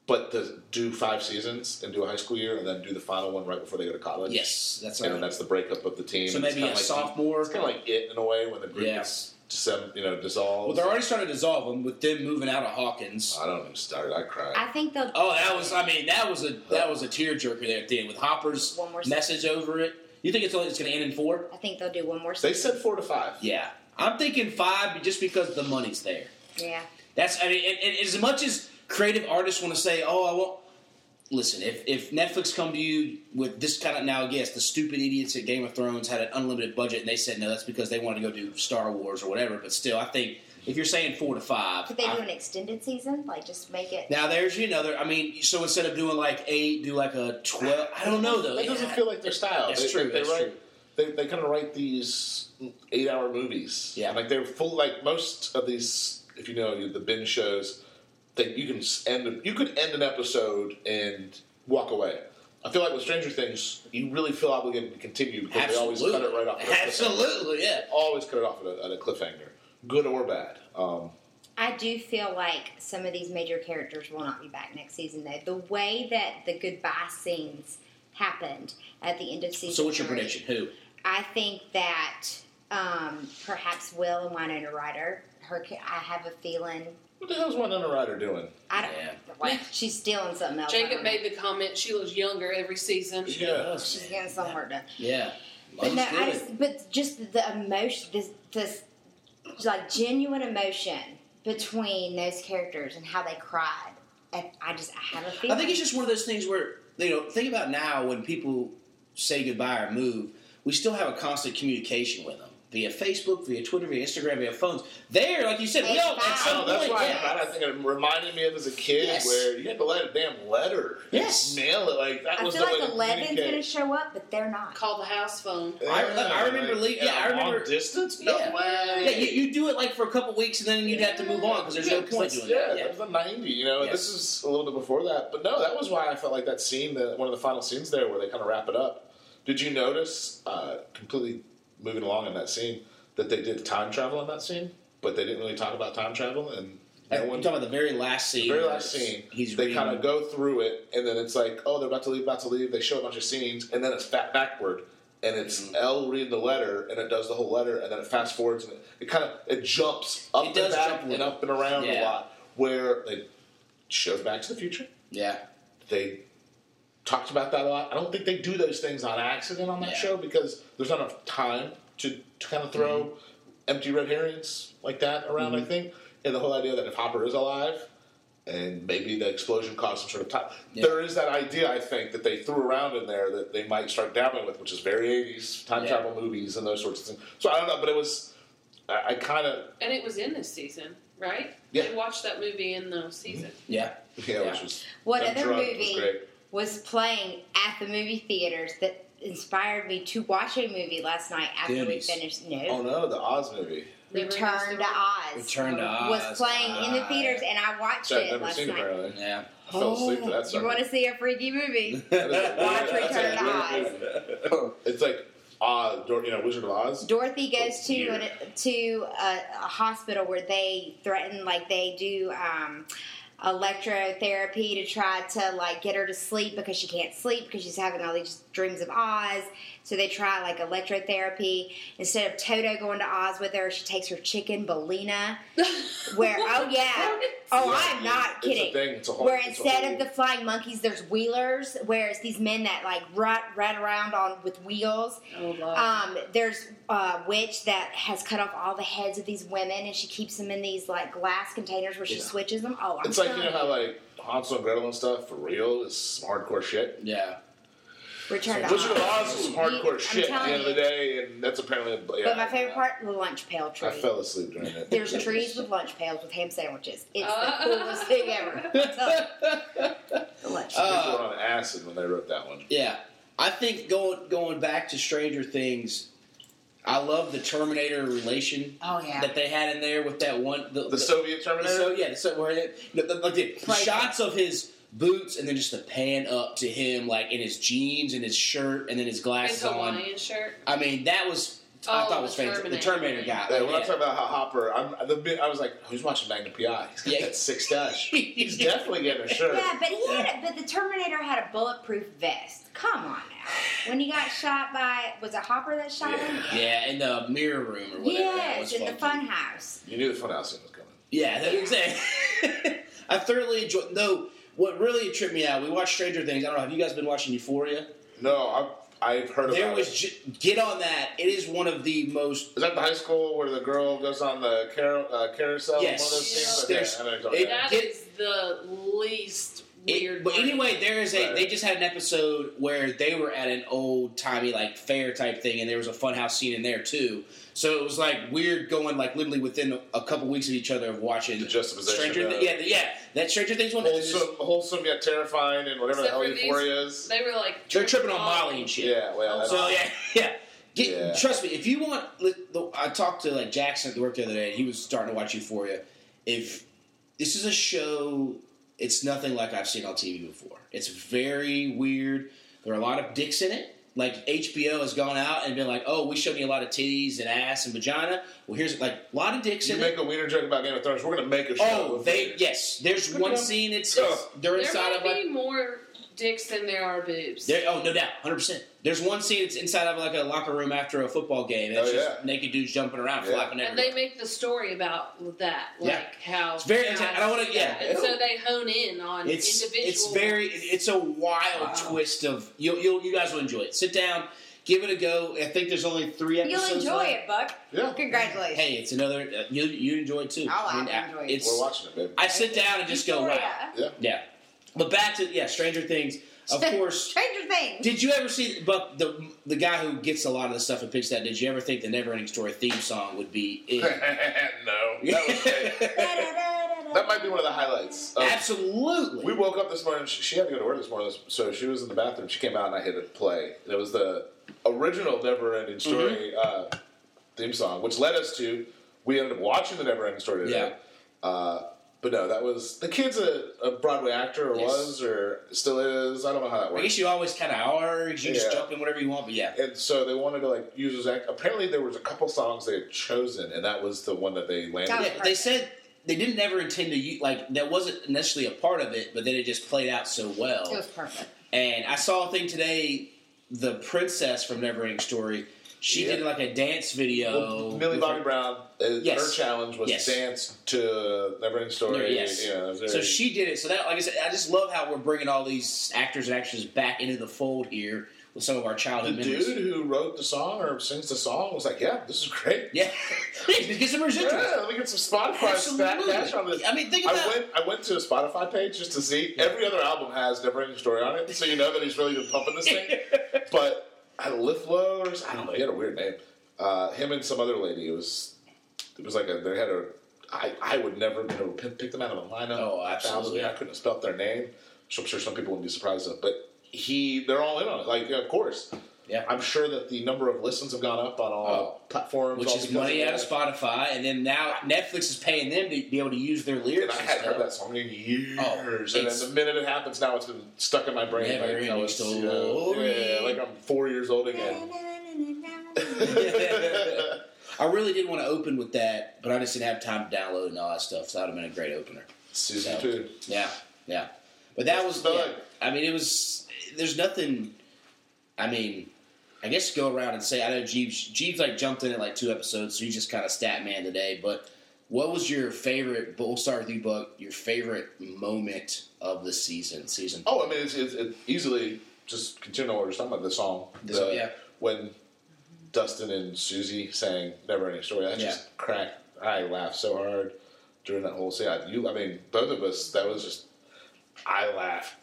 C: But to do five seasons and do a high school year, and then do the final one right before they go to college.
A: yes, that's
C: and
A: all
C: then
A: right.
C: that's the breakup of the team.
A: So
C: and it's
A: maybe a
C: kinda like
A: sophomore.
C: It's kind of like it in a way when the group
A: Yeah.
C: gets dissem- you know dissolved.
A: well, they're already starting to dissolve them with them moving out of Hawkins.
C: I don't even start. I cry.
E: I think they'll.
A: Oh, that was. I mean, that was a that was a tearjerker there at the end with Hopper's
E: One more season.
A: message over it. You think it's only it's going to end in four?
E: I think they'll do one more.
C: they
E: Season.
C: said four to five.
A: Yeah, I'm thinking five, just because the money's there.
E: Yeah,
A: That's I mean, and, and as much as creative artists want to say, "Oh, I won't." Listen, if if Netflix come to you with this kind of now, yes, the stupid idiots at Game of Thrones had an unlimited budget and they said no, that's because they wanted to go do Star Wars or whatever. But still, I think if you're saying four to five,
E: could they
A: I-
E: do an extended season? Like just make it.
A: now there's you know, there, I mean, so instead of doing like eight, do like a twelve. I don't know though.
C: That doesn't feel like their style.
A: That's
C: they,
A: true,
C: They,
A: that's
C: write,
A: true.
C: They, they kind of write these eight-hour movies.
A: Yeah.
C: like they're full. Like most of these, if you know the binge shows, that you can s- end. You could end an episode and walk away. I feel like with Stranger Things, you really feel obligated to continue because
A: absolutely.
C: they always cut it right off. at a cliffhanger.
A: Absolutely, yeah.
C: always cut it off at a, at a cliffhanger, good or bad. Um,
E: I do feel like some of these major characters will not be back next season, though. The way that the goodbye scenes happened at the end of season.
A: So what's your
E: three,
A: prediction? Who?
E: I think that um, perhaps Will and Winona Ryder. Her, ca- I have a feeling.
C: what the hell's Winona Ryder doing?
E: I don't.
A: Yeah.
E: Like, she's stealing something else. I
D: Jacob
E: don't know.
D: made the comment she looks younger every season.
C: Yeah.
E: She's getting some work done.
A: Yeah.
E: But
A: Mom's
E: no, I
A: good.
E: just, but just the emotion, this, this like genuine emotion between those characters and how they cried. And I just, I have a feeling.
A: I think it's just one of those things where you know, think about now when people say goodbye or move, we still have a constant communication with them. via Facebook, via Twitter, via Instagram, via phones. There, like you said, we
E: It's
A: all at some
C: Oh, that's
A: point,
C: why
A: yeah.
C: I, I think it reminded me of as a kid
A: Yes.
C: where you had to write a damn letter.
A: Yes.
C: Mail it. Like, that
E: I
C: was
E: feel
C: the
E: like
C: way to
E: Eleven's
C: communicate.
E: gonna show up, but they're not.
D: Call the house phone.
A: I- I remember
C: like,
A: Lee- yeah,
C: at
A: I
C: a long
A: remember-
C: distance. No
A: yeah.
C: way.
A: Yeah, you, you do it like for a couple weeks and then you'd have to move on because there's
C: Yeah,
A: no point
C: 'cause
A: doing
C: yeah,
A: that. Yeah.
C: was the ninety. You know,
A: Yes.
C: this is a little bit before that, but no, that was why I felt like that scene, that one of the final scenes there, where they kind of wrap it up. Did you notice, uh, completely moving along in that scene, that they did time travel in that scene, but they didn't really talk about time travel, and
A: Like,
C: no
A: You're
C: one
A: Uh, talking about the very last scene.
C: the very
A: where
C: last
A: it's-
C: scene,
A: He's
C: they
A: reading-
C: kind of go through it, and then it's like, oh, they're about to leave, about to leave. They show a bunch of scenes, and then it's fat backward, and it's
A: Mm-hmm.
C: L reading the letter, and it does the whole letter, and then it fast forwards, and it, it kind of it jumps up
A: It
C: and
A: does
C: back
A: jump a
C: and
A: little.
C: up and around a
A: Yeah.
C: lot. Where they showed Back to the Future,
A: Yeah.
C: they talked about that a lot. I don't think they do those things on accident on that
A: Yeah.
C: show because there's not enough time to, to kind of throw empty red herrings like that around. I think, and the whole idea that if Hopper is alive and maybe the explosion caused some sort of time,
A: Yeah.
C: there is that idea I think that they threw around in there that they might start dabbling with, which is very 80s time
A: Yeah.
C: travel movies and those sorts of things. So I don't know, but it was I, I kind of
D: And it was in this season, right?
C: Yeah.
D: They watched that movie in the season.
A: Yeah.
C: (laughs) yeah,
A: Yeah.
C: which was
E: What
C: that
E: other
C: drug was
E: movie
C: great.
E: was playing at the movie theaters that inspired me to watch a movie last night after
A: Goonies.
E: we finished? No,
C: Oh no, the Oz movie.
D: Never
E: Return
D: used
E: to
D: the-
E: Oz
A: Return to Oz.
E: was playing in the
A: Ah,
E: theaters, and I watched
C: Which I've
E: it
C: never
E: last
C: seen
E: night.
C: apparently.
A: Yeah. (laughs)
C: I fell asleep to that
E: Oh, you
C: sucker.
E: want to see a
C: (laughs)
E: freaky movie?
C: That is a
E: Watch
C: weird- that's a
E: Return to
C: weird
E: Oz.
C: movie. It's like uh, you know, Wizard of Oz.
E: Dorothy
C: Oh,
E: goes to
C: Weird.
E: an, to a, a hospital where they threaten, like they do um, electrotherapy to try to like get her to sleep because she can't sleep because she's having all these dreams of Oz. So they try like electrotherapy instead of Toto going to Oz with her. She takes her
C: (laughs)
E: chicken Belina, where oh
D: (laughs)
E: yeah, oh I'm not
C: It's a
E: kidding.
C: thing. It's a whole.
E: Where
C: it's a
E: instead
C: whole-
E: of the flying monkeys, there's wheelers, where it's these men that like ride, ride around on with wheels,
D: Oh, Lord.
E: um, there's a witch that has cut off all the heads of these women, and she keeps them in these like glass containers where she
A: Yeah.
E: switches them. Oh, I'm
C: it's like you
E: telling
C: know how like Hansel and Gretel and stuff for real is some hardcore shit.
A: Yeah.
E: Return to
C: Wizard of
E: Oz.
C: Oz is hardcore
E: I'm
C: shit at
E: telling
C: the end of
E: you.
C: the day, and that's apparently. Yeah,
E: But my favorite part, the lunch pail
C: I
E: tree.
C: fell asleep during it. (laughs)
E: There's trees with lunch pails with ham sandwiches. It's
D: Uh.
E: the coolest thing ever. I'm telling you. The lunch.
C: People
A: Uh,
C: were on acid when they wrote that one.
A: Yeah, I think going going back to Stranger Things, I love the Terminator relation
E: oh yeah.
A: that they had in there with that one. The,
C: The Soviet
A: the-
C: Terminator.
A: so yeah, the, so where it, no, the, like the, the
E: Right.
A: shots of his boots and then just the pan up to him like in his jeans and his shirt and then his
D: And
A: glasses on.
D: Hawaiian shirt.
A: I mean, that was I
D: Oh,
A: thought was
D: the
A: fantastic. The
D: Terminator.
A: Terminator guy.
C: Yeah,
A: like,
C: when I
A: yeah.
C: talk about how Hopper, I'm, the bit, I was like, "Who's watching Magna PI?" He's got
A: Yeah.
C: that six
E: (laughs)
C: dash. He's definitely getting a shirt.
E: Yeah, but he had, a, but the Terminator had a bulletproof vest. Come on now. When he got shot by, was it Hopper that shot him?
A: yeah, in the mirror room or whatever. that was
E: Yes, in the
A: funky.
E: fun house.
C: You knew the funhouse scene was coming.
A: Yeah, (laughs) that's exactly. (laughs) I thoroughly enjoyed. Though what really tripped me out, we watched Stranger Things. I don't know. Have you guys been watching Euphoria?
C: No, I've, I've heard
A: There
C: about
A: was
C: it.
A: j- get on that. It is one of the most.
C: Is that the high school where the girl goes on the car- uh, carousel?
A: Yes.
C: One of those
D: Yeah.
C: things?
A: There's-
C: I know you're
A: it-
C: talking about.
D: That
A: It-
D: is the least weird.
A: It, but
D: part.
A: anyway, there is a.
C: Right.
A: They just had an episode where they were at an old timey like fair type thing, and there was a funhouse scene in there too. So it was like weird going like literally within a couple weeks of each other of watching
C: The juxtaposition
A: Stranger,
C: of-
A: yeah, the- yeah, that Stranger Things one. is
C: wholesome, wholesome yet terrifying, and whatever
D: Except
C: the hell
D: for these-
C: euphoria is.
D: they were like
A: they're tripping on Molly and shit.
C: Yeah, well, that's,
A: So yeah, (laughs) yeah. Get,
C: Yeah.
A: Trust me, if you want, li- the- I talked to like Jackson at the work the other day. and He was starting to watch Euphoria. If this is a show, it's nothing like I've seen on TV before. It's very weird. There are a lot of dicks in it. Like HBO has gone out and been like, "Oh, we showed you a lot of titties and ass and vagina." Well, here's like a lot of dicks
C: you
A: in
C: make
A: it.
C: a wiener joke about Game of Thrones. We're gonna make a show.
A: Oh,
C: with
A: they
C: it.
A: yes. There's one scene. It's, it's they're
D: There
A: inside
D: might
A: of like
D: be more dicks than there are boobs.
A: There, oh, no doubt, hundred percent. There's one scene that's inside of like a locker room after a football game. And it's
C: Oh,
A: just
C: yeah.
A: naked dudes jumping around,
C: Yeah.
A: flopping
D: and
A: everywhere.
D: they make the story about that, like
A: Yeah.
D: how
A: It's very intense. I don't wanna- yeah.
D: And so they hone in on
A: it's
D: individual.
A: it's very (laughs) it's a wild
C: Wow.
A: twist of you'll, you'll you guys will enjoy it. Sit down, give it a go. I think there's only three episodes.
E: You'll
A: left.
E: enjoy it, Buck.
C: Yeah.
E: Congratulations.
A: Hey, it's another uh, you you enjoy it too.
E: Oh, I enjoy it.
A: It's
C: We're watching it, baby.
A: I sit down and just go wow. (laughs)
E: Euphoria.
C: Yeah.
A: Yeah. But back to yeah, Stranger Things. of course.
E: Stranger Things.
A: Did you ever see? But the the guy who gets a lot of the stuff and picks that. Did you ever think the Neverending Story theme song would be it?
C: no, (laughs) that was great. That might be one of the highlights. of-
A: Absolutely.
C: Oh. We woke up this morning. She she had to go to work this morning, so she was in the bathroom. She came out and I hit it play. And it was the original Never Ending Story
A: Mm-hmm.
C: uh, theme song, which led us to we ended up watching the Never Ending Story today. Uh, but no, that was the kid's a, a Broadway actor, or
A: Yes.
C: was, or still is. I don't know how that
A: I
C: works.
A: guess you always kind of are. You just
C: Yeah.
A: jump in whatever you want. But yeah,
C: And so they wanted to like use his act. Apparently, there was a couple songs they had chosen, and that was the one that they landed.
E: Got
A: yeah
E: it.
A: but they said they didn't ever intend to use like that wasn't necessarily a part of it, but then it just played out so well.
E: It was
A: (laughs)
E: perfect.
A: And I saw a thing today. The princess from Neverending Story, she
C: Yeah.
A: did like a dance video.
C: Well, Millie
A: with
C: Bobby
A: her-
C: Brown, uh, her
A: Oh, Yes.
C: challenge was
A: Yes.
C: dance to Neverending Story.
A: Yes.
C: you know, it was
A: So
C: very-
A: she did it. So that, like I said, I just love how we're bringing all these actors and actresses back into the fold here with some of our
C: the
A: childhood memories.
C: dude who wrote the song or sings the song was like, "Yeah, this is great.
A: Yeah, (laughs) get some residuals.
C: (laughs) Yeah, let me get some Spotify spat
A: Absolutely.
C: cash on this."
A: I mean, think
C: I
A: about-
C: went. I went to a Spotify page just to see. Every other album has Neverending Story on it, so you know that he's really been pumping this
A: (laughs)
C: thing. but I Liflow, or something- I don't know. He had a weird name. Uh, him and some other lady. It was. It was like a. They had a. I, I would never have been able to pick- pick them out of a lineup.
A: Oh, absolutely.
C: I couldn't have spelled their name. So I'm sure some people wouldn't be surprised at. But he, they're all in on it. Like, yeah, of course.
A: Yeah.
C: I'm sure that the number of listens have gone up on
A: Oh.
C: all platforms,
A: Which
C: all
A: is
C: because
A: money
C: of
A: out of
C: that.
A: Spotify, and then now Netflix is paying them to be able to use their
C: And
A: lyrics.
C: I
A: and
C: hadn't heard
A: stuff.
C: that song in years.
A: Oh,
C: and
A: it's-
C: then the minute it happens, now it's been stuck in my brain.
A: Never
C: like, oh, I
A: ending
C: was, you know,
A: story.
C: yeah, like I'm four years old again.
A: (laughs) I really did want to open with that, but I just didn't have time to download and all that stuff. So that would have been a great opener.
C: Season
A: So,
C: two.
A: Yeah, yeah. But that was.
C: Thug.
A: Yeah, I mean, it was. There's nothing. I mean, I guess go around and say I know Jeeves. Jeeves like jumped in at like two episodes, so he's just kind of stat man today. But what was your favorite? But we'll start with you, Buck. Your favorite moment of the season? Season.
C: Oh, I mean, it's, it's, it easily just continuing what we're talking about the song.
A: The
C: The-
A: song, yeah.
C: When Dustin and Susie sang "Never Ending Story," that just cracked. I laughed so hard during that whole scene. I, you, I mean, both of us. That was just. I laughed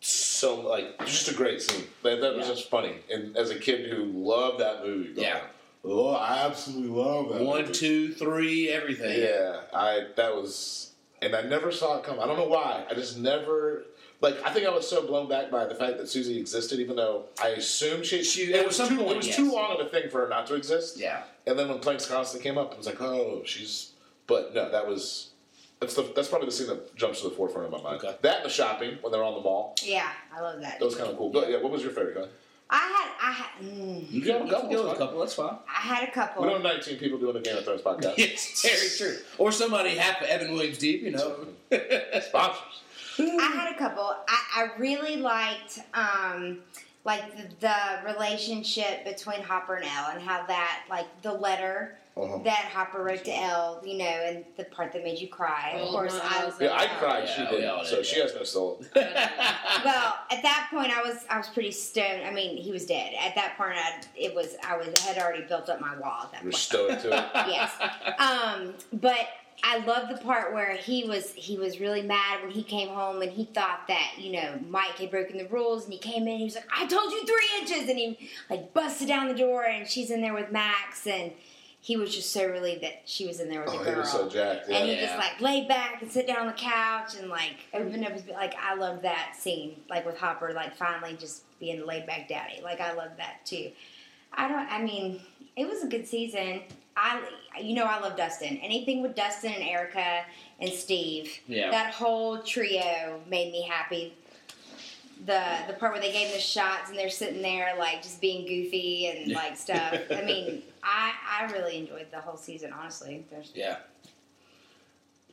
C: so like just a great scene. That, that was
A: Yeah.
C: just funny. And as a kid who loved that movie, going,
A: Yeah.
C: oh, I absolutely love that.
A: One,
C: movie.
A: two, three, everything.
C: Yeah, I that was, and I never saw it come. I don't know why. I just never like. I think I was so blown back by the fact that Susie existed, even though I assumed she.
A: She-
C: it
A: at
C: was
A: some
C: too.
A: point,
C: it was
A: yes.
C: too long of a thing for her not to exist.
A: Yeah.
C: And then when Planks Constant came up, I was like, oh, she's. But no, that was. That's the that's probably the scene that jumps to the forefront of my mind.
A: Okay.
C: That and the shopping when they're on the mall.
E: Yeah, I love that.
C: That was kind of cool. But yeah, what was your favorite? Go ahead.
E: I had I had mm,
C: You got a
A: You can
C: couple.
A: go with
C: it's
A: a
C: fine.
A: couple. That's fine.
E: I had a couple.
C: We don't have 19 people doing a Game of Thrones
A: (laughs)
C: podcast.
A: Yes, very true. Or somebody half of Evan Williams deep, you know. (laughs)
C: Sponsors.
E: I had a couple. I, I really liked um, like the, the relationship between Hopper and Elle, and how that like the letter
C: Uh-huh.
E: that Hopper wrote to Elle, you know, and the part that made you cry. of
D: Oh,
E: course,
D: my
E: I
D: eyes.
E: was.
C: Yeah, I cried.
A: Yeah,
C: she
A: we all
C: didn't.
A: did,
C: So she
A: yeah.
C: has no soul.
E: Well, at that point, I was I was pretty stoned. I mean, he was dead. At that point, I it was I was had already built up my wall at that
C: You're
E: point.
C: stoic
A: (laughs)
C: to it.
E: yes. Um, but I love the part where he was he was really mad when he came home and he thought that you know Mike had broken the rules and he came in and he was like I told you three inches and he like busted down the door and she's in there with Max and he was just so relieved that she was in there with
C: Oh,
E: the
C: he
E: girl
C: was so jacked.
E: and
C: Yeah.
E: he just like laid back and sit down on the couch and like opened up his like I love that scene like with Hopper like finally just being laid back daddy like I love that too. I don't. I mean, it was a good season. I you know I love Dustin. Anything with Dustin and Erica and Steve.
A: Yeah.
E: That whole trio made me happy. The the part where they gave him the shots and they're sitting there like just being goofy and like stuff. I mean, I I really enjoyed the whole season. Honestly, there's
A: Yeah.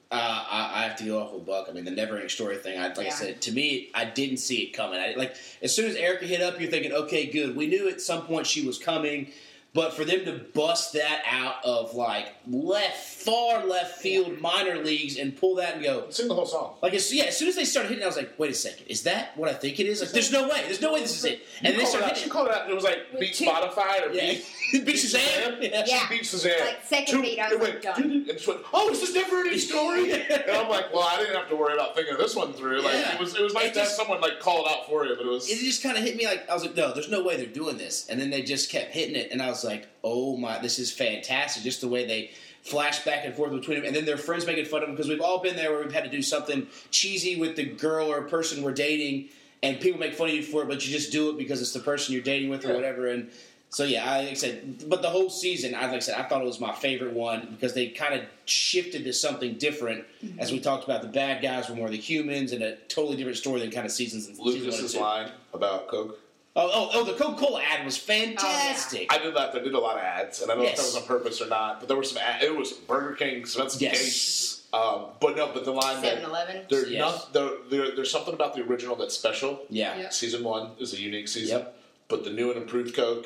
A: Uh, I, I have to go off with Buck. I mean, the never-ending story thing. I, like I
E: Yeah.
A: said, to me, I didn't see it coming. I, like as soon as Erica hit up, you're thinking, okay, good. We knew at some point she was coming, But for them to bust that out of like left, far left field minor leagues and pull that and go,
C: Sing the whole song.
A: like, as, yeah, as soon as they started hitting, I was like, wait a second, is that what I think it is? Like, there's no way, there's no way this is it. And then
C: You
A: they
C: called it
A: started
C: out. She
A: hitting.
C: called it out. It was like beat
E: Two.
C: Spotify or
A: Yeah.
C: beat.
A: Beat (laughs) Shazam. Yeah.
E: Yeah.
C: She beat Suzanne.
E: Like, second beat, I was
C: it
E: like,
C: went,
E: done.
C: And just went, oh, is this never
A: (laughs)
C: ending story? and I'm like, well, I didn't have to worry about thinking this one through. Like
A: Yeah.
C: it was, it was nice
A: It
C: to have
A: just-
C: someone like call it out for you, but it was.
A: it just kind of hit me like I was like, no, there's no way they're doing this. And then they just kept hitting it, and I was like, oh my, this is fantastic. Just the way they flash back and forth between them, and then their friends making fun of them because we've all been there where we've had to do something cheesy with the girl or person we're dating, and people make fun of you for it, but you just do it because it's the person you're dating with or
C: Yeah.
A: whatever, and. So yeah, I like I said, but the whole season, I like I said, I thought it was my favorite one because they kind of shifted to something different. As we talked about, the bad guys were more the humans, and a totally different story than kind of seasons. and season one and
C: Lucas's
A: two.
C: line about Coke.
A: Oh, oh, oh the Coca Cola ad was fantastic.
C: I did that. They did a lot of ads, and I don't know
A: Yes.
C: if that was on purpose or not. But there were some. Ad, it was Burger King, Sven's
A: Yes.
C: Case. Um, but no, but the line that
E: 7-Eleven.
C: there's
A: Yes.
C: not there, there, there's something about the original that's special.
A: yeah.
D: Yeah.
C: Season one is a unique season,
A: Yep.
C: but the new and improved Coke,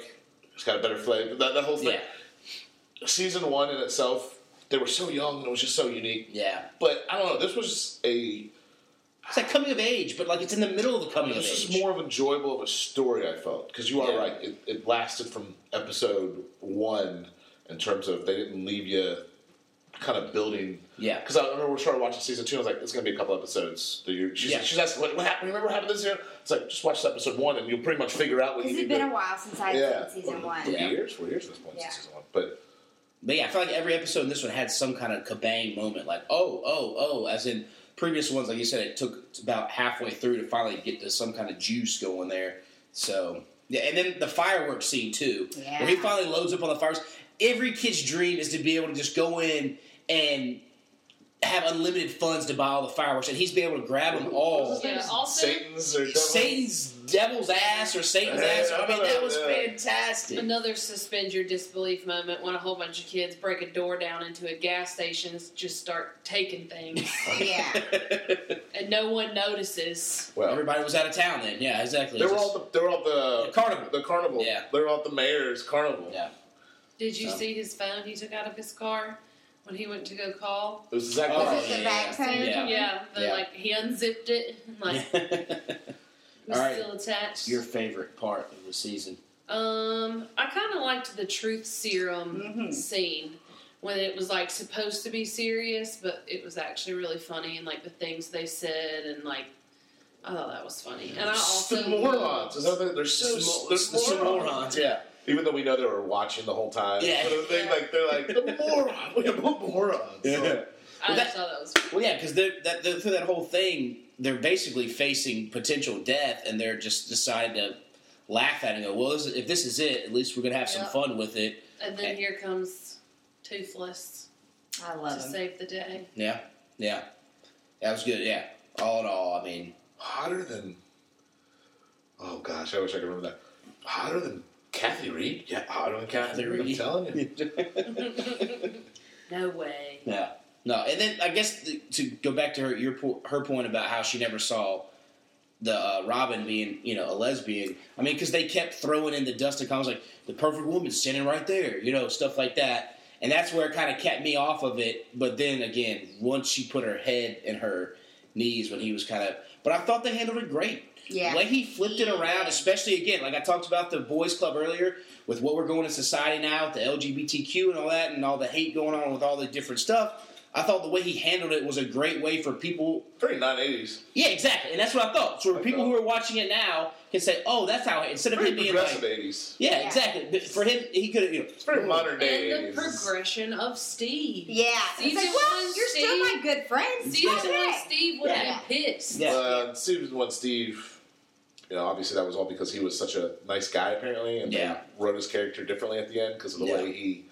C: it's got a better flavor. That, that whole thing.
A: Yeah.
C: Season one in itself, they were so young and it was just so unique.
A: Yeah.
C: But I don't know. This was a
A: It's like coming of age, but like it's in the middle of the coming of
C: This
A: age.
C: is more of enjoyable of a story, I felt, because you are
A: Yeah.
C: right. It, it lasted from episode one in terms of they didn't leave you kind of building.
A: Yeah.
C: Because I remember we started watching season two, and I was like, it's going to be a couple episodes. That you're, she's,
A: Yeah.
C: she's asking, what, what happened? Remember what happened this year? It's like, just watch episode one, and you'll pretty much figure out what
E: This
C: you
E: has
C: need
E: been
C: to
E: a while since I've
C: Yeah.
E: seen season one.
C: Three
A: Yeah.
C: years? Four years at this point
E: Yeah.
C: since season one. But
A: But yeah, I feel like every episode in this one had some kind of kabang moment, like oh, oh, oh, as in previous ones, like you said, it took about halfway through to finally get to some kind of juice going there. So yeah, and then the fireworks scene too, where he
E: Yeah.
A: finally loads up on the fireworks. Every kid's dream is to be able to just go in and have unlimited funds to buy all the fireworks, and he's been able to grab them all.
D: Yeah, also,
C: Satan's or Devil's-
A: Satan's devil's ass or Satan's
C: Yeah,
A: ass. I
C: I
A: mean,
C: know
A: that
C: that,
A: was
C: yeah.
A: fantastic.
D: another suspend your disbelief moment when a whole bunch of kids break a door down into a gas station and just start
A: (laughs)
D: taking things
E: Yeah.
D: and no one notices.
C: Well,
A: Everybody was out of town then. Yeah, exactly.
C: they
A: It's
C: were all
A: just-
C: the, they were all the,
A: The carnival.
C: The carnival.
A: Yeah.
C: They were all at the mayor's carnival.
A: yeah.
D: Did you
A: So.
D: see his phone he took out of his car when he went to go call?
C: It was exactly.
A: Oh,
E: This is the
A: yeah,
E: back page.
A: Yeah.
D: Yeah, the,
A: Yeah.
D: like he unzipped it and like it
C: (laughs)
D: was
A: All right.
D: still attached.
A: Your favorite part of the season?
D: Um, I kind of liked the truth serum
E: Mhm.
D: scene when it was like supposed to be serious, but it was actually really funny and like the things they said and like I thought that was funny. And I also
C: the morons. Is that the, they're so
A: Smo-
C: they're
A: the some morons, yeah.
C: Even though we know they were watching the whole time.
A: Yeah.
C: But they, like they're
A: (laughs)
C: like the moron. We're both morons. So,
D: I
A: Well,
D: just
A: that-
D: thought that was
A: (laughs) Well, yeah, because that, the- through that whole thing, they're basically facing potential death, and they're just decided to laugh at it and go, "Well, this- if this is it, at least we're gonna have some
D: Yeah.
A: fun with it."
D: And
A: Okay.
D: then here comes Toothless
E: I
D: to
E: love him.
D: save the day.
A: Yeah, yeah, that was good. Yeah, all in all, I mean,
C: (laughs) hotter than. Oh gosh, I wish I could remember that. Hotter than Kathy Reed. Yeah, hotter than Kathy
A: Kathy
C: Reed. I'm
A: Reed.
C: telling you.
D: No way.
A: Yeah. No, and then I guess the, to go back to her your po- her point about how she never saw the uh, Robin being you know a lesbian. I mean, because they kept throwing in the dust and comments like the perfect woman standing right there, you know, stuff like that. And that's where it kind of kept me off of it. But then again, once she put her head and her knees when he was kind of, but I thought they handled it great.
E: Yeah.
A: The way he flipped it around, especially again, like I talked about the boys' club earlier, with what we're going in society now, with the LGBTQ and all that, and all the hate going on with all the different stuff. I thought the way he handled it was a great way for people.
C: Pretty nine eighties.
A: Yeah, exactly, and that's what I thought. So for
C: I
A: people
C: thought-
A: who are watching it now can say, "Oh, that's how." it-" Instead of
C: Pretty
A: him being
C: progressive
A: like,
C: eighties.
A: "Yeah,
E: Yeah.
A: exactly," But for him, he could. You know,
C: It's very modern
D: And
C: day
D: the
C: eighties.
D: progression of Steve.
E: Yeah. It's
D: Season
E: like, well,
D: one,
E: you're still my
D: Steve.
E: good friend.
D: Season
E: Stop
D: one,
E: it.
D: Steve would
E: Yeah.
D: have been pissed.
A: Yeah.
C: Uh, Steve when Steve, you know, obviously that was all because he was such a nice guy apparently, and
A: Yeah.
C: they wrote his character differently at the end because of the
A: Yeah.
C: way he,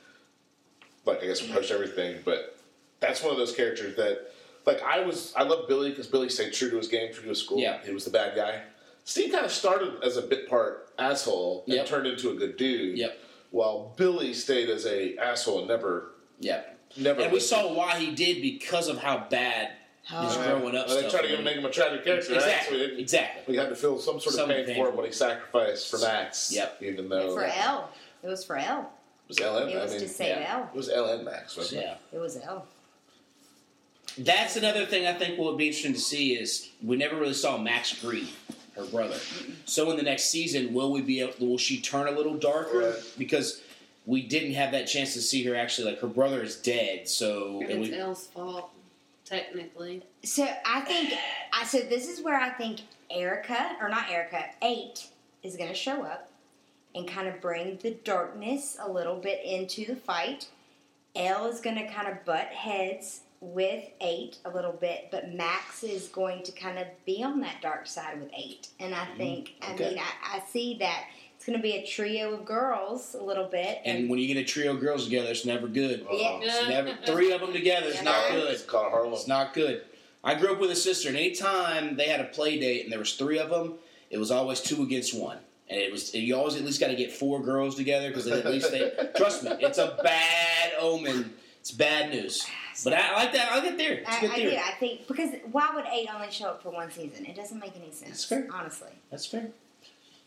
C: like I guess, approached everything. But that's one of those characters that, like, I was I love Billy because Billy stayed true to his game, true to his school.
A: Yeah.
C: he was the bad guy. Steve kind of started as a bit part asshole and
A: Yep.
C: turned into a good dude.
A: Yep.
C: While Billy stayed as a asshole and never,
A: yeah.
C: never.
A: And we saw why he did because of how bad his
E: Oh.
A: growing up.
C: Well, they
A: stuff
C: tried to
A: was.
C: make him a tragic character, right? So we
A: exactly,
C: didn't-
A: exactly.
C: We had to feel some sort of
A: Some
C: pain
A: pain.
C: for him when he sacrificed for Max.
A: Yep.
C: Even though
E: For L. It was for L.
C: was LM.
E: It was
C: I mean,
E: to say
A: yeah.
E: L.
C: It was LN Max, wasn't
A: Yeah.
E: It was L.
A: That's another thing I think will be interesting to see is we never really saw Max Green, her brother. So in the next season, will we be able, will she turn a little darker?
C: Right.
A: Because we didn't have that chance to see her actually like her brother is dead. So and
D: It's
A: we,
D: Elle's fault, technically.
E: So I think I so this is where I think Erica or not Erica eight is going to show up and kind of bring the darkness a little bit into the fight. L is going to kind of butt heads with eight a little bit, but Max is going to kind of be on that dark side with eight. And
A: Mm-hmm.
E: I think I
C: okay.
E: mean I, I see that it's going to be a trio of girls a little bit.
A: and when you get a trio of girls together, it's never good.
E: yeah, (laughs)
A: It's never three of them together is
E: Yeah.
A: not
C: it?
A: good.
C: Uh, It's called Harlem.
A: It's not good. I grew up with a sister, and anytime they had a play date and there was three of them, it was always two against one. And it was you always at least got to get four girls together because at least
E: (laughs)
A: they trust me. It's a bad omen. It's bad news. But I, I like that. I like that theory. It's a
E: I,
A: good
E: I do.
A: theory.
E: I think because why would eight only show up for one season? It doesn't make any sense.
A: That's fair.
E: Honestly,
A: That's fair.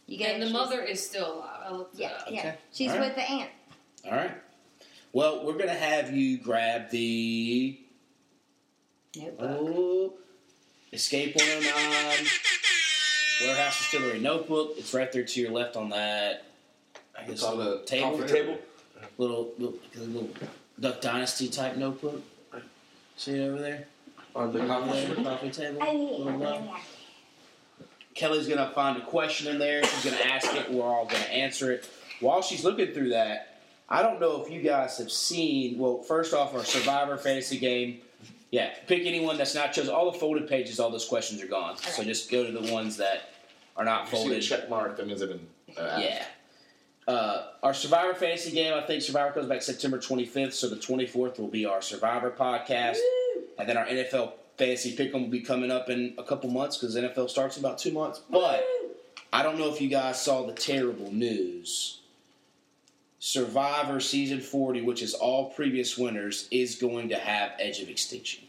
E: you get
D: And the mother is still alive. I looked it
E: Yeah,
D: up.
E: yeah.
A: Okay.
E: She's
A: All right.
E: with the aunt.
A: All right. Well, we're gonna have you grab the
E: Notebook.
A: oh, escape 109 warehouse distillery notebook. It's right there to your left on that. I guess
C: It's on the
A: table.
C: conference table.
A: little little, little Duck Dynasty type notebook. See it over
C: (laughs)
A: there?
B: (laughs) On the
A: Over
B: conference
A: there,
B: room.
A: coffee table.
E: Oh,
A: Little
E: yeah,
A: love.
E: yeah.
A: Kelly's gonna find a question in there. She's gonna ask it. We're all gonna answer it. While she's looking through that, I don't know if you guys have seen. Well, first off, our Survivor fantasy game. Yeah, pick anyone that's not chosen. All the folded pages, all those questions are gone. So
E: Okay.
A: just go to the ones that are not
C: If you see a
A: folded.
C: check mark, that means they've been. Uh,
A: Yeah. Uh, our Survivor fantasy game, I think Survivor comes back September 25th, so the 24th will be our Survivor podcast. And then our NFL fantasy pick 'em will be coming up in a couple months because NFL starts in about two months. But I don't know if you guys saw the terrible news. Survivor season 40, which is all previous winners, is going to have Edge of Extinction.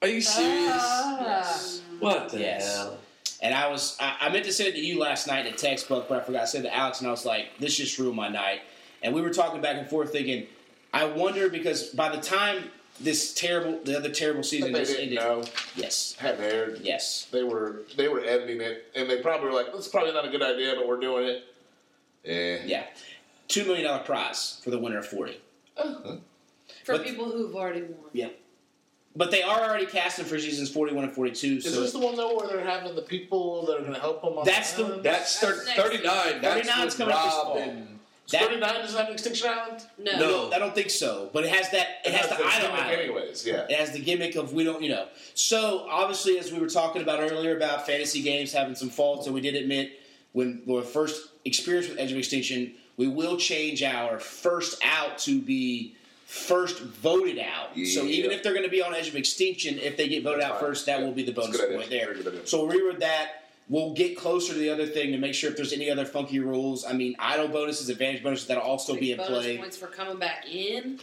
B: Are you serious?
E: Uh,
A: Ah.
E: Yes.
B: what the
A: Yes.
B: hell?
A: And I was, I, I meant to send it to you last night in a text, but but I forgot. I said to Alex, and I was like, this just ruined my night. And we were talking back and forth, thinking, I wonder because by the time this terrible, the other terrible
C: They
A: season just ended,
C: didn't know.
A: yes,
C: Had aired.
A: yes,
C: They were they were editing it, and they probably were like, "That's probably not a good idea, but we're doing it." Eh.
A: yeah, two million dollar prize for the winner of forty.
D: For
A: But-
D: people who've already won.
A: Yeah. But they are already casting for seasons forty-one and forty-two.
C: Is
A: So
C: this the one though where they're having the people that are going to help them? On
A: That's the-
C: island?
B: That's thir-
D: That's next.
B: 39. That's
A: 39 's
B: with
A: coming up this fall.
B: Rob and
A: that-
C: thirty nine doesn't have an extinction island.
D: No.
A: no, I don't think so. But it has that. It has the
C: That's
A: idol
C: gimmick
A: island.
C: anyways. Yeah.
A: It has the gimmick of we don't, you know. So obviously, as we were talking about earlier about fantasy games having some faults, and we did admit when our first experience with Edge of Extinction, we will change our first out to be first voted out. So
C: Yeah.
A: even if they're going to be on Edge of Extinction, if they get voted out
C: Fine.
A: first, that
C: Yeah.
A: will be the
C: That's a
A: bonus
C: good idea.
A: point there.
C: Very good idea.
A: So we'll rerun that. We'll get closer to the other thing to make sure if there's any other funky rules. I mean, idle bonuses, advantage bonuses that'll also be in
D: bonus
A: play.
D: points for coming back in.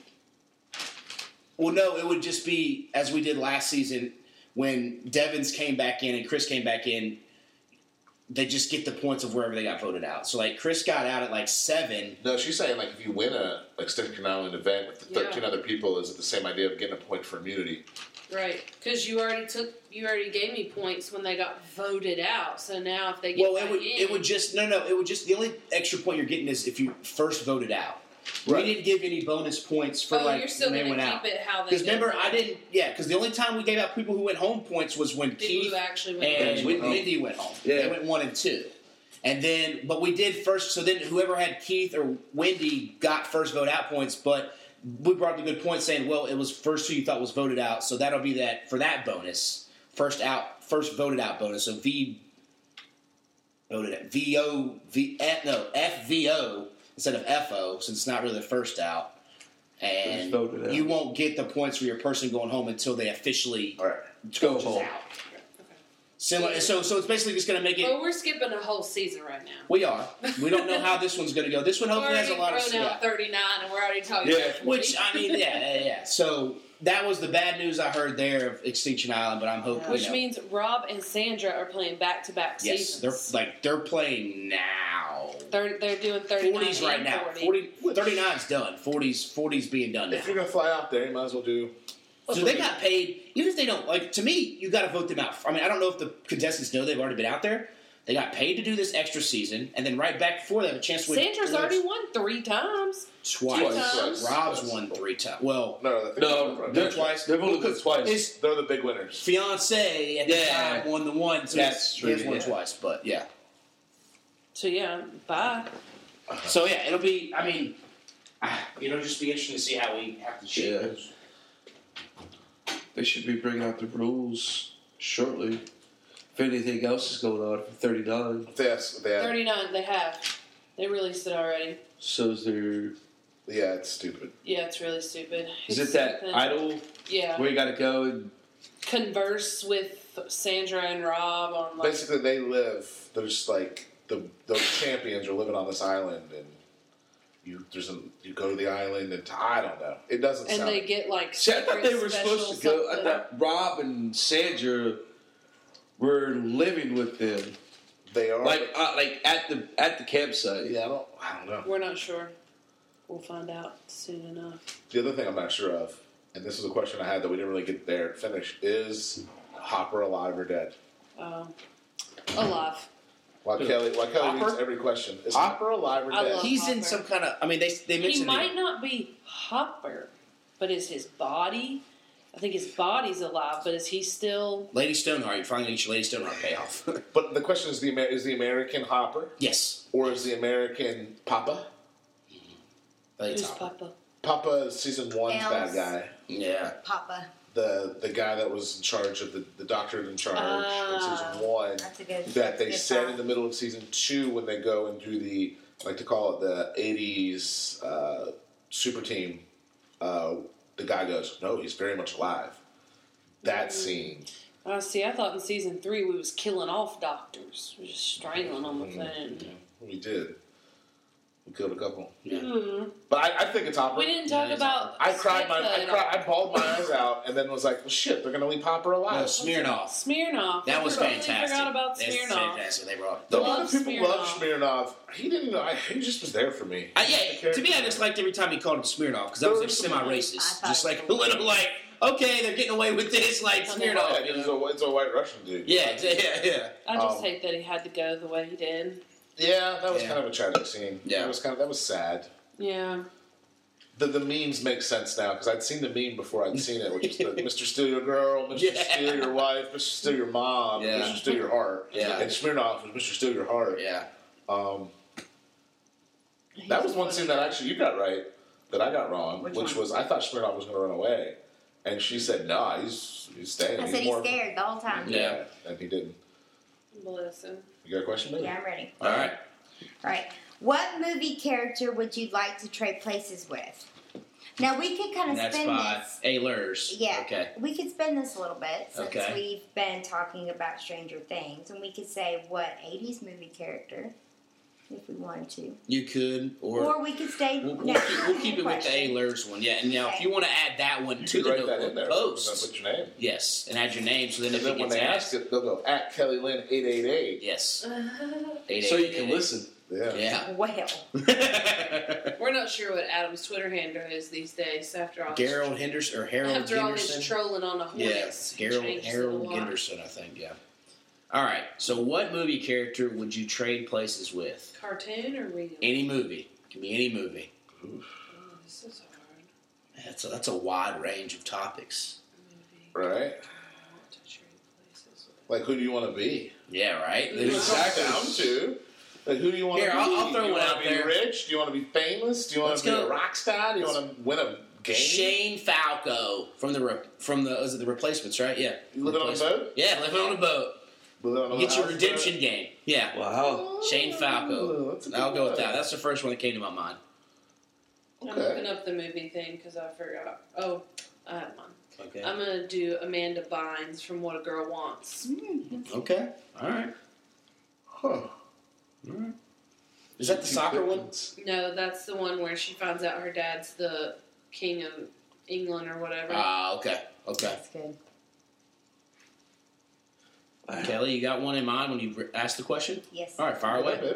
A: Well, no, it would just be as we did last season when Devins came back in and Chris came back in. They just get the points of wherever they got voted out. So like Chris got out at like seven.
C: No, she's saying like if you win a extinction island event with the
D: Yeah.
C: thirteen other people, is it the same idea of getting a point for immunity?
D: Right. Because you already took, you already gave me points when they got voted out. So now if they get
A: Well,
D: back
A: it would
D: in,
A: it would just no no it would just the only extra point you're getting is if you first voted out.
C: Right.
A: We didn't give any bonus points for
D: oh,
A: like
D: you're still
A: when they
D: gonna
A: went
D: keep
A: out.
D: it how they.
A: Because
D: did
A: remember,
D: it.
A: I didn't. Yeah, because the only time we gave out people who went home points was when
D: People
A: Keith
D: who actually went
A: and
C: Yeah.
A: Whit- Whitney went home. They
B: Yeah.
A: went one and two. And then, but we did first. So then, whoever had Keith or Wendy got first vote out points. But we brought up a good point saying, well, it was first who you thought was voted out. So that'll be that for that bonus. First out, first voted out bonus. So V voted out. V O V F no F V O instead of F O since it's not really the first out.
B: Just
A: And
B: voted out.
A: you won't get the points for your person going home until they officially
B: All right. Go
A: is
B: home.
A: out. Similar, so so it's basically just going to make it.
D: Well, we're skipping a whole season right now.
A: We are. We don't know how this one's going to go. This one
D: We're
A: hopefully
D: already
A: has a lot of
D: thrown out
A: stuff.
D: 39, and we're already talking.
B: Yeah.
D: about
A: Which
D: 40.
A: I mean, yeah, yeah, yeah. So that was the bad news I heard there of Extinction Island. But I'm hoping.
D: Which
A: you know,
D: means Rob and Sandra are playing back to back
A: yes, they're
D: seasons.
A: like they're playing now.
D: They're, they're doing 39
A: 40s right
D: and
A: now.
D: 40.
A: 40, 39's done. 40s 40s being done now.
C: If you're gonna fly out there, you might as well do.
A: So they got paid, even if they don't like. To me, you got to vote them out. I mean, I don't know if the contestants know they've already been out there. They got paid to do this extra season, and then right back before they have a chance to win.
D: Sandra's already won three times.
A: twice.
D: two times.
A: Rob's won three times. Well,
C: No, no,
B: No, they're twice. They've only been twice.
A: his
C: They're the big winners.
A: fiance at the
B: Yeah.
A: time won the one. So
B: That's
A: he's-
B: true,
A: He's won
B: yeah.
A: twice, but yeah.
D: So yeah, bye.
A: So yeah, it'll be. I mean, ah, it'll just be interesting to see how we have to shape
B: Yeah.
A: this.
B: They should be bringing out the rules shortly. If anything else is going on for thirty nine,
C: Yes, they had,
D: 39, they have. They released it already.
B: so is there?
C: yeah, it's stupid.
D: Yeah, it's really stupid.
B: Is
D: It's
B: it that
D: something-
B: idol
D: Yeah.
B: where you got to go and
D: Converse with Sandra and Rob on like.
C: Basically, they live. They're just like the the champions are living on this island, and you there's a you go to the island, and I don't know. It doesn't
D: and
C: sound.
D: they get like.
B: See, I thought
D: secret
B: they were
D: special
B: supposed to go. I
D: something.
B: thought Rob and Sandra were living with them,
C: they are
B: like uh, like at the at the campsite.
C: yeah. I don't I don't know.
D: We're not sure. We'll find out soon enough.
C: The other thing I'm not sure of, and this is a question I had that we didn't really get there to finish, is Hopper alive or dead?
D: Um, alive.
C: Why
A: Who?
C: Kelly? Why Kelly
A: Hopper?
C: reads every question? Is
A: Hop-
C: Hopper alive or
D: I
C: dead?
D: love-
A: He's in
D: Hopper.
A: some kind of. I mean, they they
D: He
A: mentioned it.
D: might not be Hopper, but is his body? I think his body's alive, but is he still?
A: Lady Stoneheart. You're finally getting your Lady Stoneheart payoff. (laughs)
C: But the question is the Amer- is the American Hopper
A: yes.
C: or is the American Papa?
A: Lady
D: Who's
A: Topper.
D: Papa?
C: Papa is season one's bad
E: Alice.
C: guy.
A: Yeah.
E: Papa.
C: The the guy that was in charge of the the doctor in charge
D: Ah.
C: in season one.
E: That's a good.
C: That they
E: good
C: said
D: uh,
E: thought.
C: in the middle of season two when they go and do the I like to call it the '80s uh, super team. Uh, the guy goes, "No, he's very much alive." That
D: Mm-hmm.
C: scene.
D: Oh, see, I thought in season three we was killing off doctors, we just strangling them
A: Mm,
D: with it.
C: We did. We killed a couple.
D: Hmm.
C: But I, I think it's Hopper.
D: We didn't talk
A: Yeah,
D: about.
C: I cried my I,
D: Spitza
C: cried, I bawled my eyes out and then was like, well, shit, they're gonna leave Hopper
A: No,
C: alive.
A: Smirnoff.
D: Smirnoff.
A: That
D: I
A: was
D: completely
A: fantastic.
D: Forgot about
A: That's
D: Smirnoff.
A: fantastic. They brought.
C: a
D: Love
C: lot of people love
D: Smirnoff. Uh,
C: Smirnoff. He didn't. I, he just was there for me.
A: I, Uh, yeah, to me, I just liked every time he called him Smirnoff because that was like
E: I
A: semi-racist.
E: thought
A: Just
E: it was
A: like a (laughs)
E: cool.
A: little like, okay, they're getting away with this, like
C: Yeah,
A: Smirnoff.
C: it
A: You
C: was
A: know?
C: a, it's a white Russian dude.
A: Yeah, (laughs) exa- yeah, yeah.
D: I just
C: Um,
D: hate that he had to go the way he did.
C: Yeah, that was
A: Yeah.
C: kind of a tragic scene.
A: Yeah.
C: that was kind of that was sad.
D: Yeah.
C: The, the memes make sense now because I'd seen the meme before I'd seen it,
A: (laughs)
C: which is the Mr. Steal Your Girl, Mr.
A: Yeah.
C: Steal Your Wife, Mr. Steal Your Mom,
A: Yeah.
C: Mr. Steal Your Heart.
A: Yeah.
C: And Smirnoff was Mr. Steal Your Heart.
A: Yeah.
C: Um,
D: He
C: That was one
D: funny.
C: scene that actually you got right, that I got wrong, which,
E: Which one?
C: was I thought Smirnoff was going to run away, and she said, "Nah, he's he's staying."
E: I
C: he's
E: said he's
C: more-
E: scared the whole time.
A: Yeah.
C: and he didn't.
D: Bless him.
C: You got a question, baby?
E: Yeah, I'm ready.
A: All right.
E: All right. What movie character would you like to trade places with? Now we could
A: And
E: kind of
A: that's
E: spin
A: by
E: this.
A: Aylers.
E: Yeah.
A: Okay.
E: We could spin this a little bit since
A: Okay.
E: we've been talking about Stranger Things, and we could say what '80s movie character, if we wanted to,
A: You could,
E: or,
A: or,
E: we could stay.
A: we'll, we'll
E: no,
A: keep, we'll keep it with the
E: question.
A: Aylers one. Yeah. And now, if you want to add that one
C: You
A: to
C: could
A: the
C: write that
A: notebook
C: in there.
A: post,
C: Put your name.
A: yes, and add your name, so then
C: And
A: if it
C: then when
A: gets
C: they ask
A: asked,
C: it, they'll go at Kelly Lynn eight eight eight.
A: yes,
B: So you can listen.
C: Yeah. (laughs)
A: Yeah.
E: Well,
D: We're not sure what Adam's Twitter handle is these days after all. this-
A: Gerald Henderson or Harold
D: After all
A: Henderson.
D: this trolling on the
A: Yeah,
D: Hornets. he
A: Harold,
D: changes it a
A: Harold
D: lot.
A: Henderson, I think. Yeah. All right. So, what movie character would you trade places with?
D: Cartoon or real?
A: Any movie. Can be any movie.
D: Oh, this is hard.
A: That's a, that's a wide range of topics.
D: Movie.
C: Right.
D: I want to trade places with.
C: Like, who do you want to be?
A: Yeah. Right.
C: It
A: There's-
C: comes down to. Like, who do you want
A: Here,
C: to be?
A: I'll- I'll throw
C: do you
A: one
C: wanna
A: out
C: be
A: there.
C: Rich? Do you want to be famous? Do you want
A: Let's
C: to be
A: go-
C: a rock star? Do you want to win a game?
A: Shane Falco from the re- from the is it the replacements right? Yeah.
C: You living on a
A: Replacement.
C: boat?
A: Yeah, living on a boat. Get your redemption game. Yeah.
B: Wow.
A: Shane Falco.
C: Ooh, Oh, that's a good
A: I'll go with
C: one.
A: that. That's the first one that came to my mind.
D: I'm
C: Okay.
D: looking up the movie thing because I forgot. Oh, I have one.
A: Okay.
D: I'm gonna do Amanda Bynes from What a Girl Wants.
A: okay. All right.
C: Huh.
A: All right. Is that the soccer one?
D: No, that's the one where she finds out her dad's the king of England or whatever.
A: Ah, okay, okay.
E: That's good.
A: Kelly, you got one in mind when you re- asked the question?
E: Yes.
A: All right, fire away.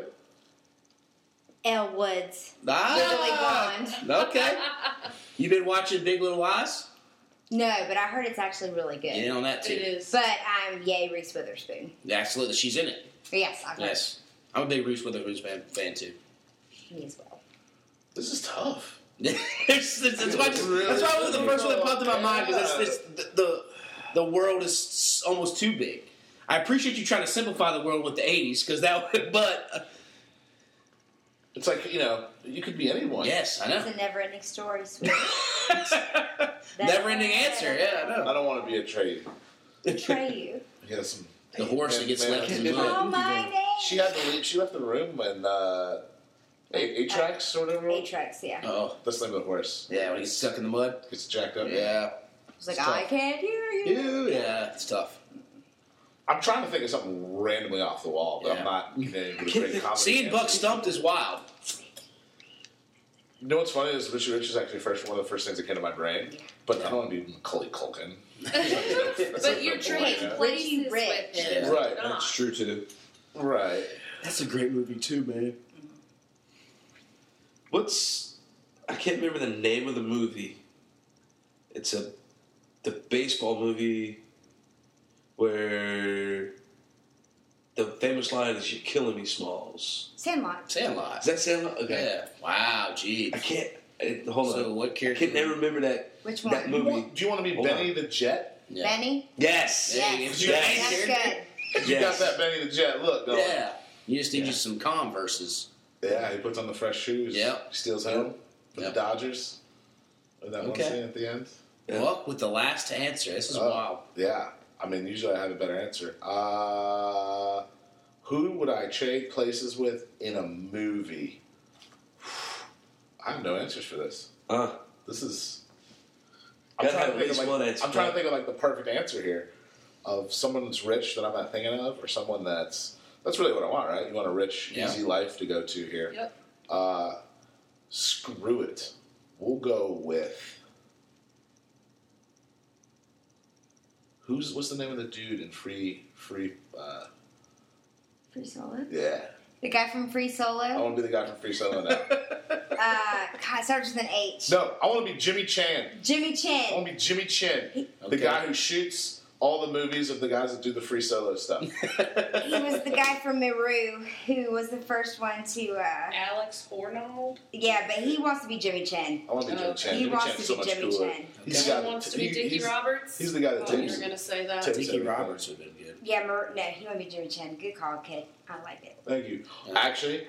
E: Elle Woods. Lily
A: Ah,
E: Bond.
A: okay. (laughs) You've been watching Big Little Lies?
E: No, but I heard it's actually really good.
A: Get in on that
D: it
A: too.
D: is.
E: But I'm yay Reese Witherspoon.
A: Absolutely, she's in it.
E: Yes, I've heard
A: Yes, I'm a big Reese Witherspoon fan, fan too. (laughs)
E: me as well.
C: This is tough.
A: It's- it's- that's, why, that's why it was the first one that popped in my mind because it's, it's, the, the the world is s- almost too big. I appreciate you trying to simplify the world with the '80s because that, (laughs) but uh,
C: It's like you know, you could be anyone.
A: yes, I
E: It's (laughs)
A: know.
E: a never-ending
A: (laughs)
E: story. Sweet. That's
A: Never-ending answer. Yeah, I know.
C: I don't want to be a trade.
E: Betray
A: (laughs)
E: you.
C: He has some.
A: The horse that gets left in the mud.
E: (laughs) oh my
C: She
E: name.
C: had to leave. She left the room when uh, eight tracks or whatever.
E: Matrix. Yeah.
A: Oh,
C: That's the name of the horse.
A: yeah, when he's stuck in the mud.
C: Gets jacked up.
A: Yeah,
E: It's like
A: It's tough.
E: I can't hear you.
A: Uh, Ew, yeah, it's tough.
C: I'm trying to think of something randomly off the wall, but
A: Yeah.
C: I'm not getting into a great comedy.
A: Seeing Buck stumped is wild.
C: You know what's funny is Richie Rich is actually first one of the first things that came to my brain. But I don't want to be Macaulay Culkin. That's
D: (laughs) but
C: a
D: you're
C: good
D: treating
C: point,
E: yeah.
D: racist with it.
A: Yeah.
C: Right.
D: Not.
B: That's true too.
C: Right.
A: That's a great movie too, man.
B: What's I can't remember the name of the movie. It's a the baseball movie where the famous line is "You're killing me, Smalls."
E: Sandlot.
B: Is
A: Sandlot.
B: that Sandlot? Okay.
A: Yeah. Wow. Gee.
B: I can't. It, hold
A: So
B: on.
A: what
B: I
A: character?
B: can never remember that
E: Which one?
B: that movie.
C: Do you want to be
B: Hold
C: Benny
B: on.
C: the Jet?
A: Yeah.
E: Benny.
B: Yes.
E: Yes.
A: You
B: Yes.
E: That's
A: answered.
E: good.
C: You got
B: Yes.
C: that Benny the Jet look going.
A: Yeah. You just need
B: Yeah.
A: you some Converses.
C: Yeah, he puts on the fresh shoes.
A: Yep.
C: Steals home for
A: Yep.
C: the Dodgers. With that
A: Okay.
C: one scene at the end.
B: Yeah.
A: Buck with the last answer. This is
C: Oh. (laughs)
A: wild.
C: Yeah. I mean, usually I have a better answer. Uh, who would I trade places with in a movie? (sighs) I have no answers for this.
B: Uh,
C: This is.
B: Gotta have
C: trying,
B: at
C: to think,
B: least
C: of
B: one
C: like,
B: answer,
C: I'm trying to
B: but-
C: think of like the perfect answer here of someone that's rich that I'm not thinking of, or someone that's that's really what I want, right? You want a rich,
A: Yeah.
C: easy life to go to here.
D: Yep.
C: Uh, screw it. We'll go with. Who's what's the name of the dude in Free Free? Uh,
E: Free Solo.
C: yeah,
E: The guy from Free
C: I
A: Oh.
E: Solo.
C: want to be the guy from Free Solo
A: (laughs)
C: now.
E: Uh, God, it starts with an H.
C: no, I want to be Jimmy Chan.
E: Jimmy
C: I want
E: Chin.
C: to be Jimmy Chin,
A: Okay.
C: the guy who shoots all the movies of the guys that do the free solo stuff.
A: Oh,
E: He was the guy from Miru who was the first one to. Uh,
D: Alex Hornold.
E: yeah, but he wants to be Jimmy Chin.
C: I want to be Jimmy
D: Okay.
C: Chan.
E: he
C: Jimmy
E: wants
C: Chan's
E: to
C: so
E: be
C: much
E: Jimmy
C: cooler.
E: Chin.
C: He's
D: Someone
C: got the-
D: wants to be
C: he-
D: Dickie
C: he's-
D: Roberts.
C: He's the guy that
D: oh, you
C: takes.
D: were gonna say that.
C: Tips.
A: Dickie Roberts would have been good.
E: Yeah, Mar- no, he want to be Jimmy Chin. Good call, kid. I like it.
C: Thank you. Actually,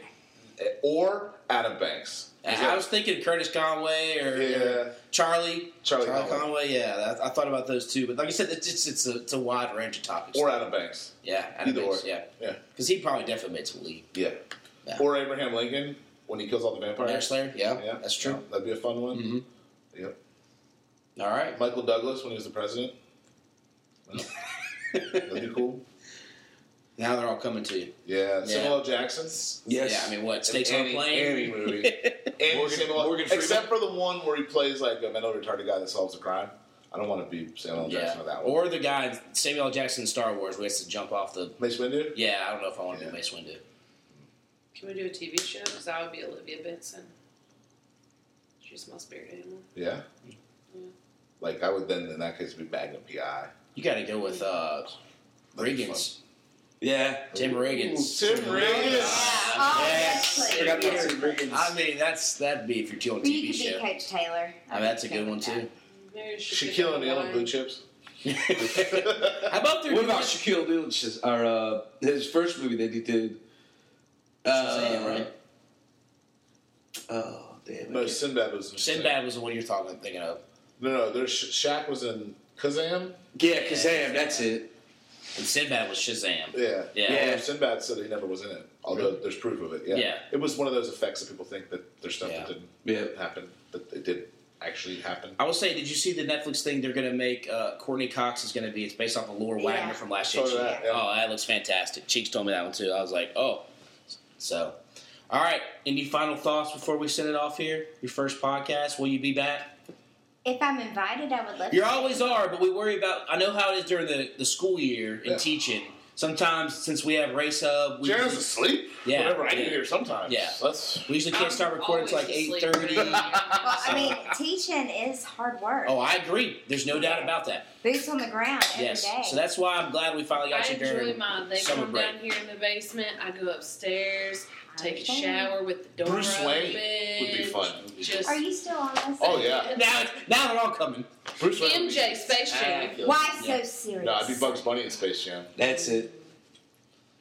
C: eh, or Adam Banks. He's
A: I
C: like,
A: was thinking Curtis Conway or,
C: Yeah.
A: or Charlie.
C: Charlie
A: Conway.
C: Conway.
A: Yeah, that, I thought about those too. But like I said, it's it's, it's, a, it's a wide range of topics.
C: or Adam Banks.
A: yeah, Adam
C: either
A: Banks,
C: or.
A: yeah,
C: Yeah.
A: because he probably definitely makes a lead.
C: Yeah.
A: Yeah.
C: Or Abraham Lincoln when he kills all the
A: Bear
C: vampires.
A: Slayer, yeah,
C: Yeah.
A: that's true.
C: That'd be a fun one.
A: Mhm.
B: Mm-hmm.
C: Yep.
A: All right.
C: Michael Douglas when he was
A: (laughs)
C: the president. Well, that'd be cool.
A: Now they're all coming to you.
C: Yeah. Samuel L. Jackson.
B: yes.
A: Yeah, I mean, what stakes on a
C: Any- Any
A: plane?
C: movie.
A: (laughs)
C: Andy
B: Morgan-
C: Samuel-
B: Morgan Freeman?
C: except for the one where he plays like a mentally retarded guy that solves a crime. I don't want to be Samuel L. Jackson
A: Yeah.
C: with that one.
A: Or the guy Samuel L. Jackson in Star Wars, where he has to jump off the.
C: Mace Windu.
A: Yeah, I don't know if I want to
C: Yeah.
A: be Mace Windu.
D: Can we do a TV show? Because I would be Olivia Benson. She's my spirit animal.
C: Yeah.
D: Yeah.
C: Like I would then in that case be Magnum PI.
A: You got to go with uh,
C: That'd be
A: Riggins.
B: Yeah.
A: Tim Riggins.
C: Tim Riggins.
E: Oh,
A: Yes.
E: yes, please.
B: I got Terry Riggins.
A: I mean, that's that'd be if you're doing a
E: Or you
A: TV
E: could be
A: show.
E: Coach Taylor.
A: I mean, that's a good one
E: (laughs)
A: too.
D: Maybe
C: Shaquille O'Neal and
A: (laughs)
C: blue chips.
A: How about their
B: What about Shaquille O'Neal? His, our, uh, his first movie that he did. Uh,
A: Shazam, right?
B: Oh damn!
C: No,
B: Most
C: Sinbad was in
A: Sinbad was the one you're talking thinking of,
C: No, no, there's Sh- Shaq was in Kazam.
B: yeah, Kazam. That's it.
A: and Sinbad was Shazam.
C: Yeah.
A: Yeah.
B: Yeah.
C: Sinbad said he never was in it, although there's proof of it. Yeah.
A: Yeah.
C: It was one of those effects that people think that there's stuff
A: Yeah.
C: that didn't
B: Yeah.
C: happen, but it did actually happen.
A: I will say, did you see the Netflix thing they're going to make? Uh, Courtney Cox is going to be. It's based off of Laura
E: Yeah.
A: Wagner from last
C: So
A: year. She-
C: that, yeah.
A: Oh, that looks fantastic. Cheeks told me that one too. I was like, oh. So, all right. Any final thoughts before we send it off here? Your first podcast. Will you be back?
E: If I'm invited, I would love.
A: You
E: to.
A: always are, but we worry about. I know how it is during the, the school year in
C: Yeah.
A: teaching. Sometimes, since we have race hub, we
C: Jaren's
A: usually,
C: asleep.
A: Yeah.
C: Whatever. I
A: Yeah.
C: get here sometimes.
A: Yeah.
C: That's.
A: we usually can't start recording until like eight (laughs)
D: (laughs)
A: thirty.
E: Well, I mean, teaching is hard work.
A: Oh, I agree. There's no doubt about that.
E: Boots on the ground every day.
A: yes, so that's why I'm glad we finally got
D: I
A: you during.
D: enjoy mine. They
A: summer
D: come
A: break.
D: down here in the basement. I go upstairs, take a
E: Understand.
D: shower with the door
C: Bruce
D: open.
C: Wayne would be fun.
D: Just
E: Are you still on this?
C: Oh yeah.
A: Now, it's- now they're all coming.
C: Bruce Wayne. would be-
D: MJ Space Jam.
E: Why
A: Yeah.
E: so serious?
C: No, I'd be Bugs Bunny in Space Jam.
B: That's it.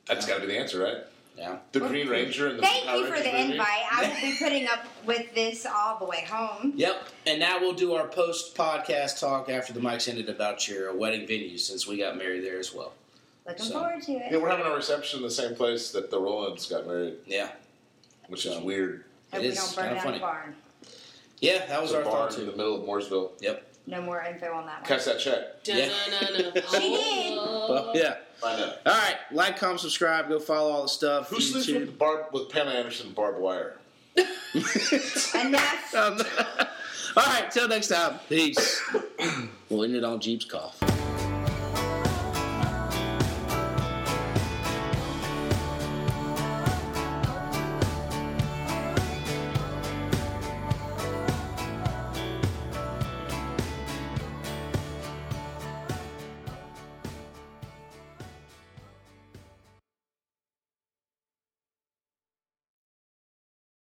C: That's got to be the answer, right?
A: Yeah.
C: The Green Ranger and the
E: Thank
C: Power
E: you for
C: Rangers
E: the
C: movie?
E: invite. I will be
A: (laughs)
E: putting up with this all the way home.
A: Yep. And now we'll do our post podcast talk after the mic's ended about your wedding venue since we got married there as well.
E: Looking
A: So-
E: forward to
C: Yeah,
E: it.
C: we're having our reception in the same place that the Rollins got married,
A: Yeah.
C: which is weird.
E: Hope
A: It
E: we
A: is
E: don't burn
A: kinda
E: down
A: funny.
E: the barn.
A: Yeah, that was
C: The
A: our
C: barn
A: thought
C: in the
A: too.
C: middle of Mooresville.
A: Yep.
E: No more info on that one.
C: Cash that check.
A: Yeah.
E: She did.
D: Oh,
A: yeah.
C: Find out.
A: All right. Like, comment, subscribe. Go follow all the stuff.
C: Who sleeps with the barb with Pamela Anderson and barbed wire?
E: Enough.
A: (laughs) Um, all right. Till next time. Peace. we'll end it on Jeep's cough.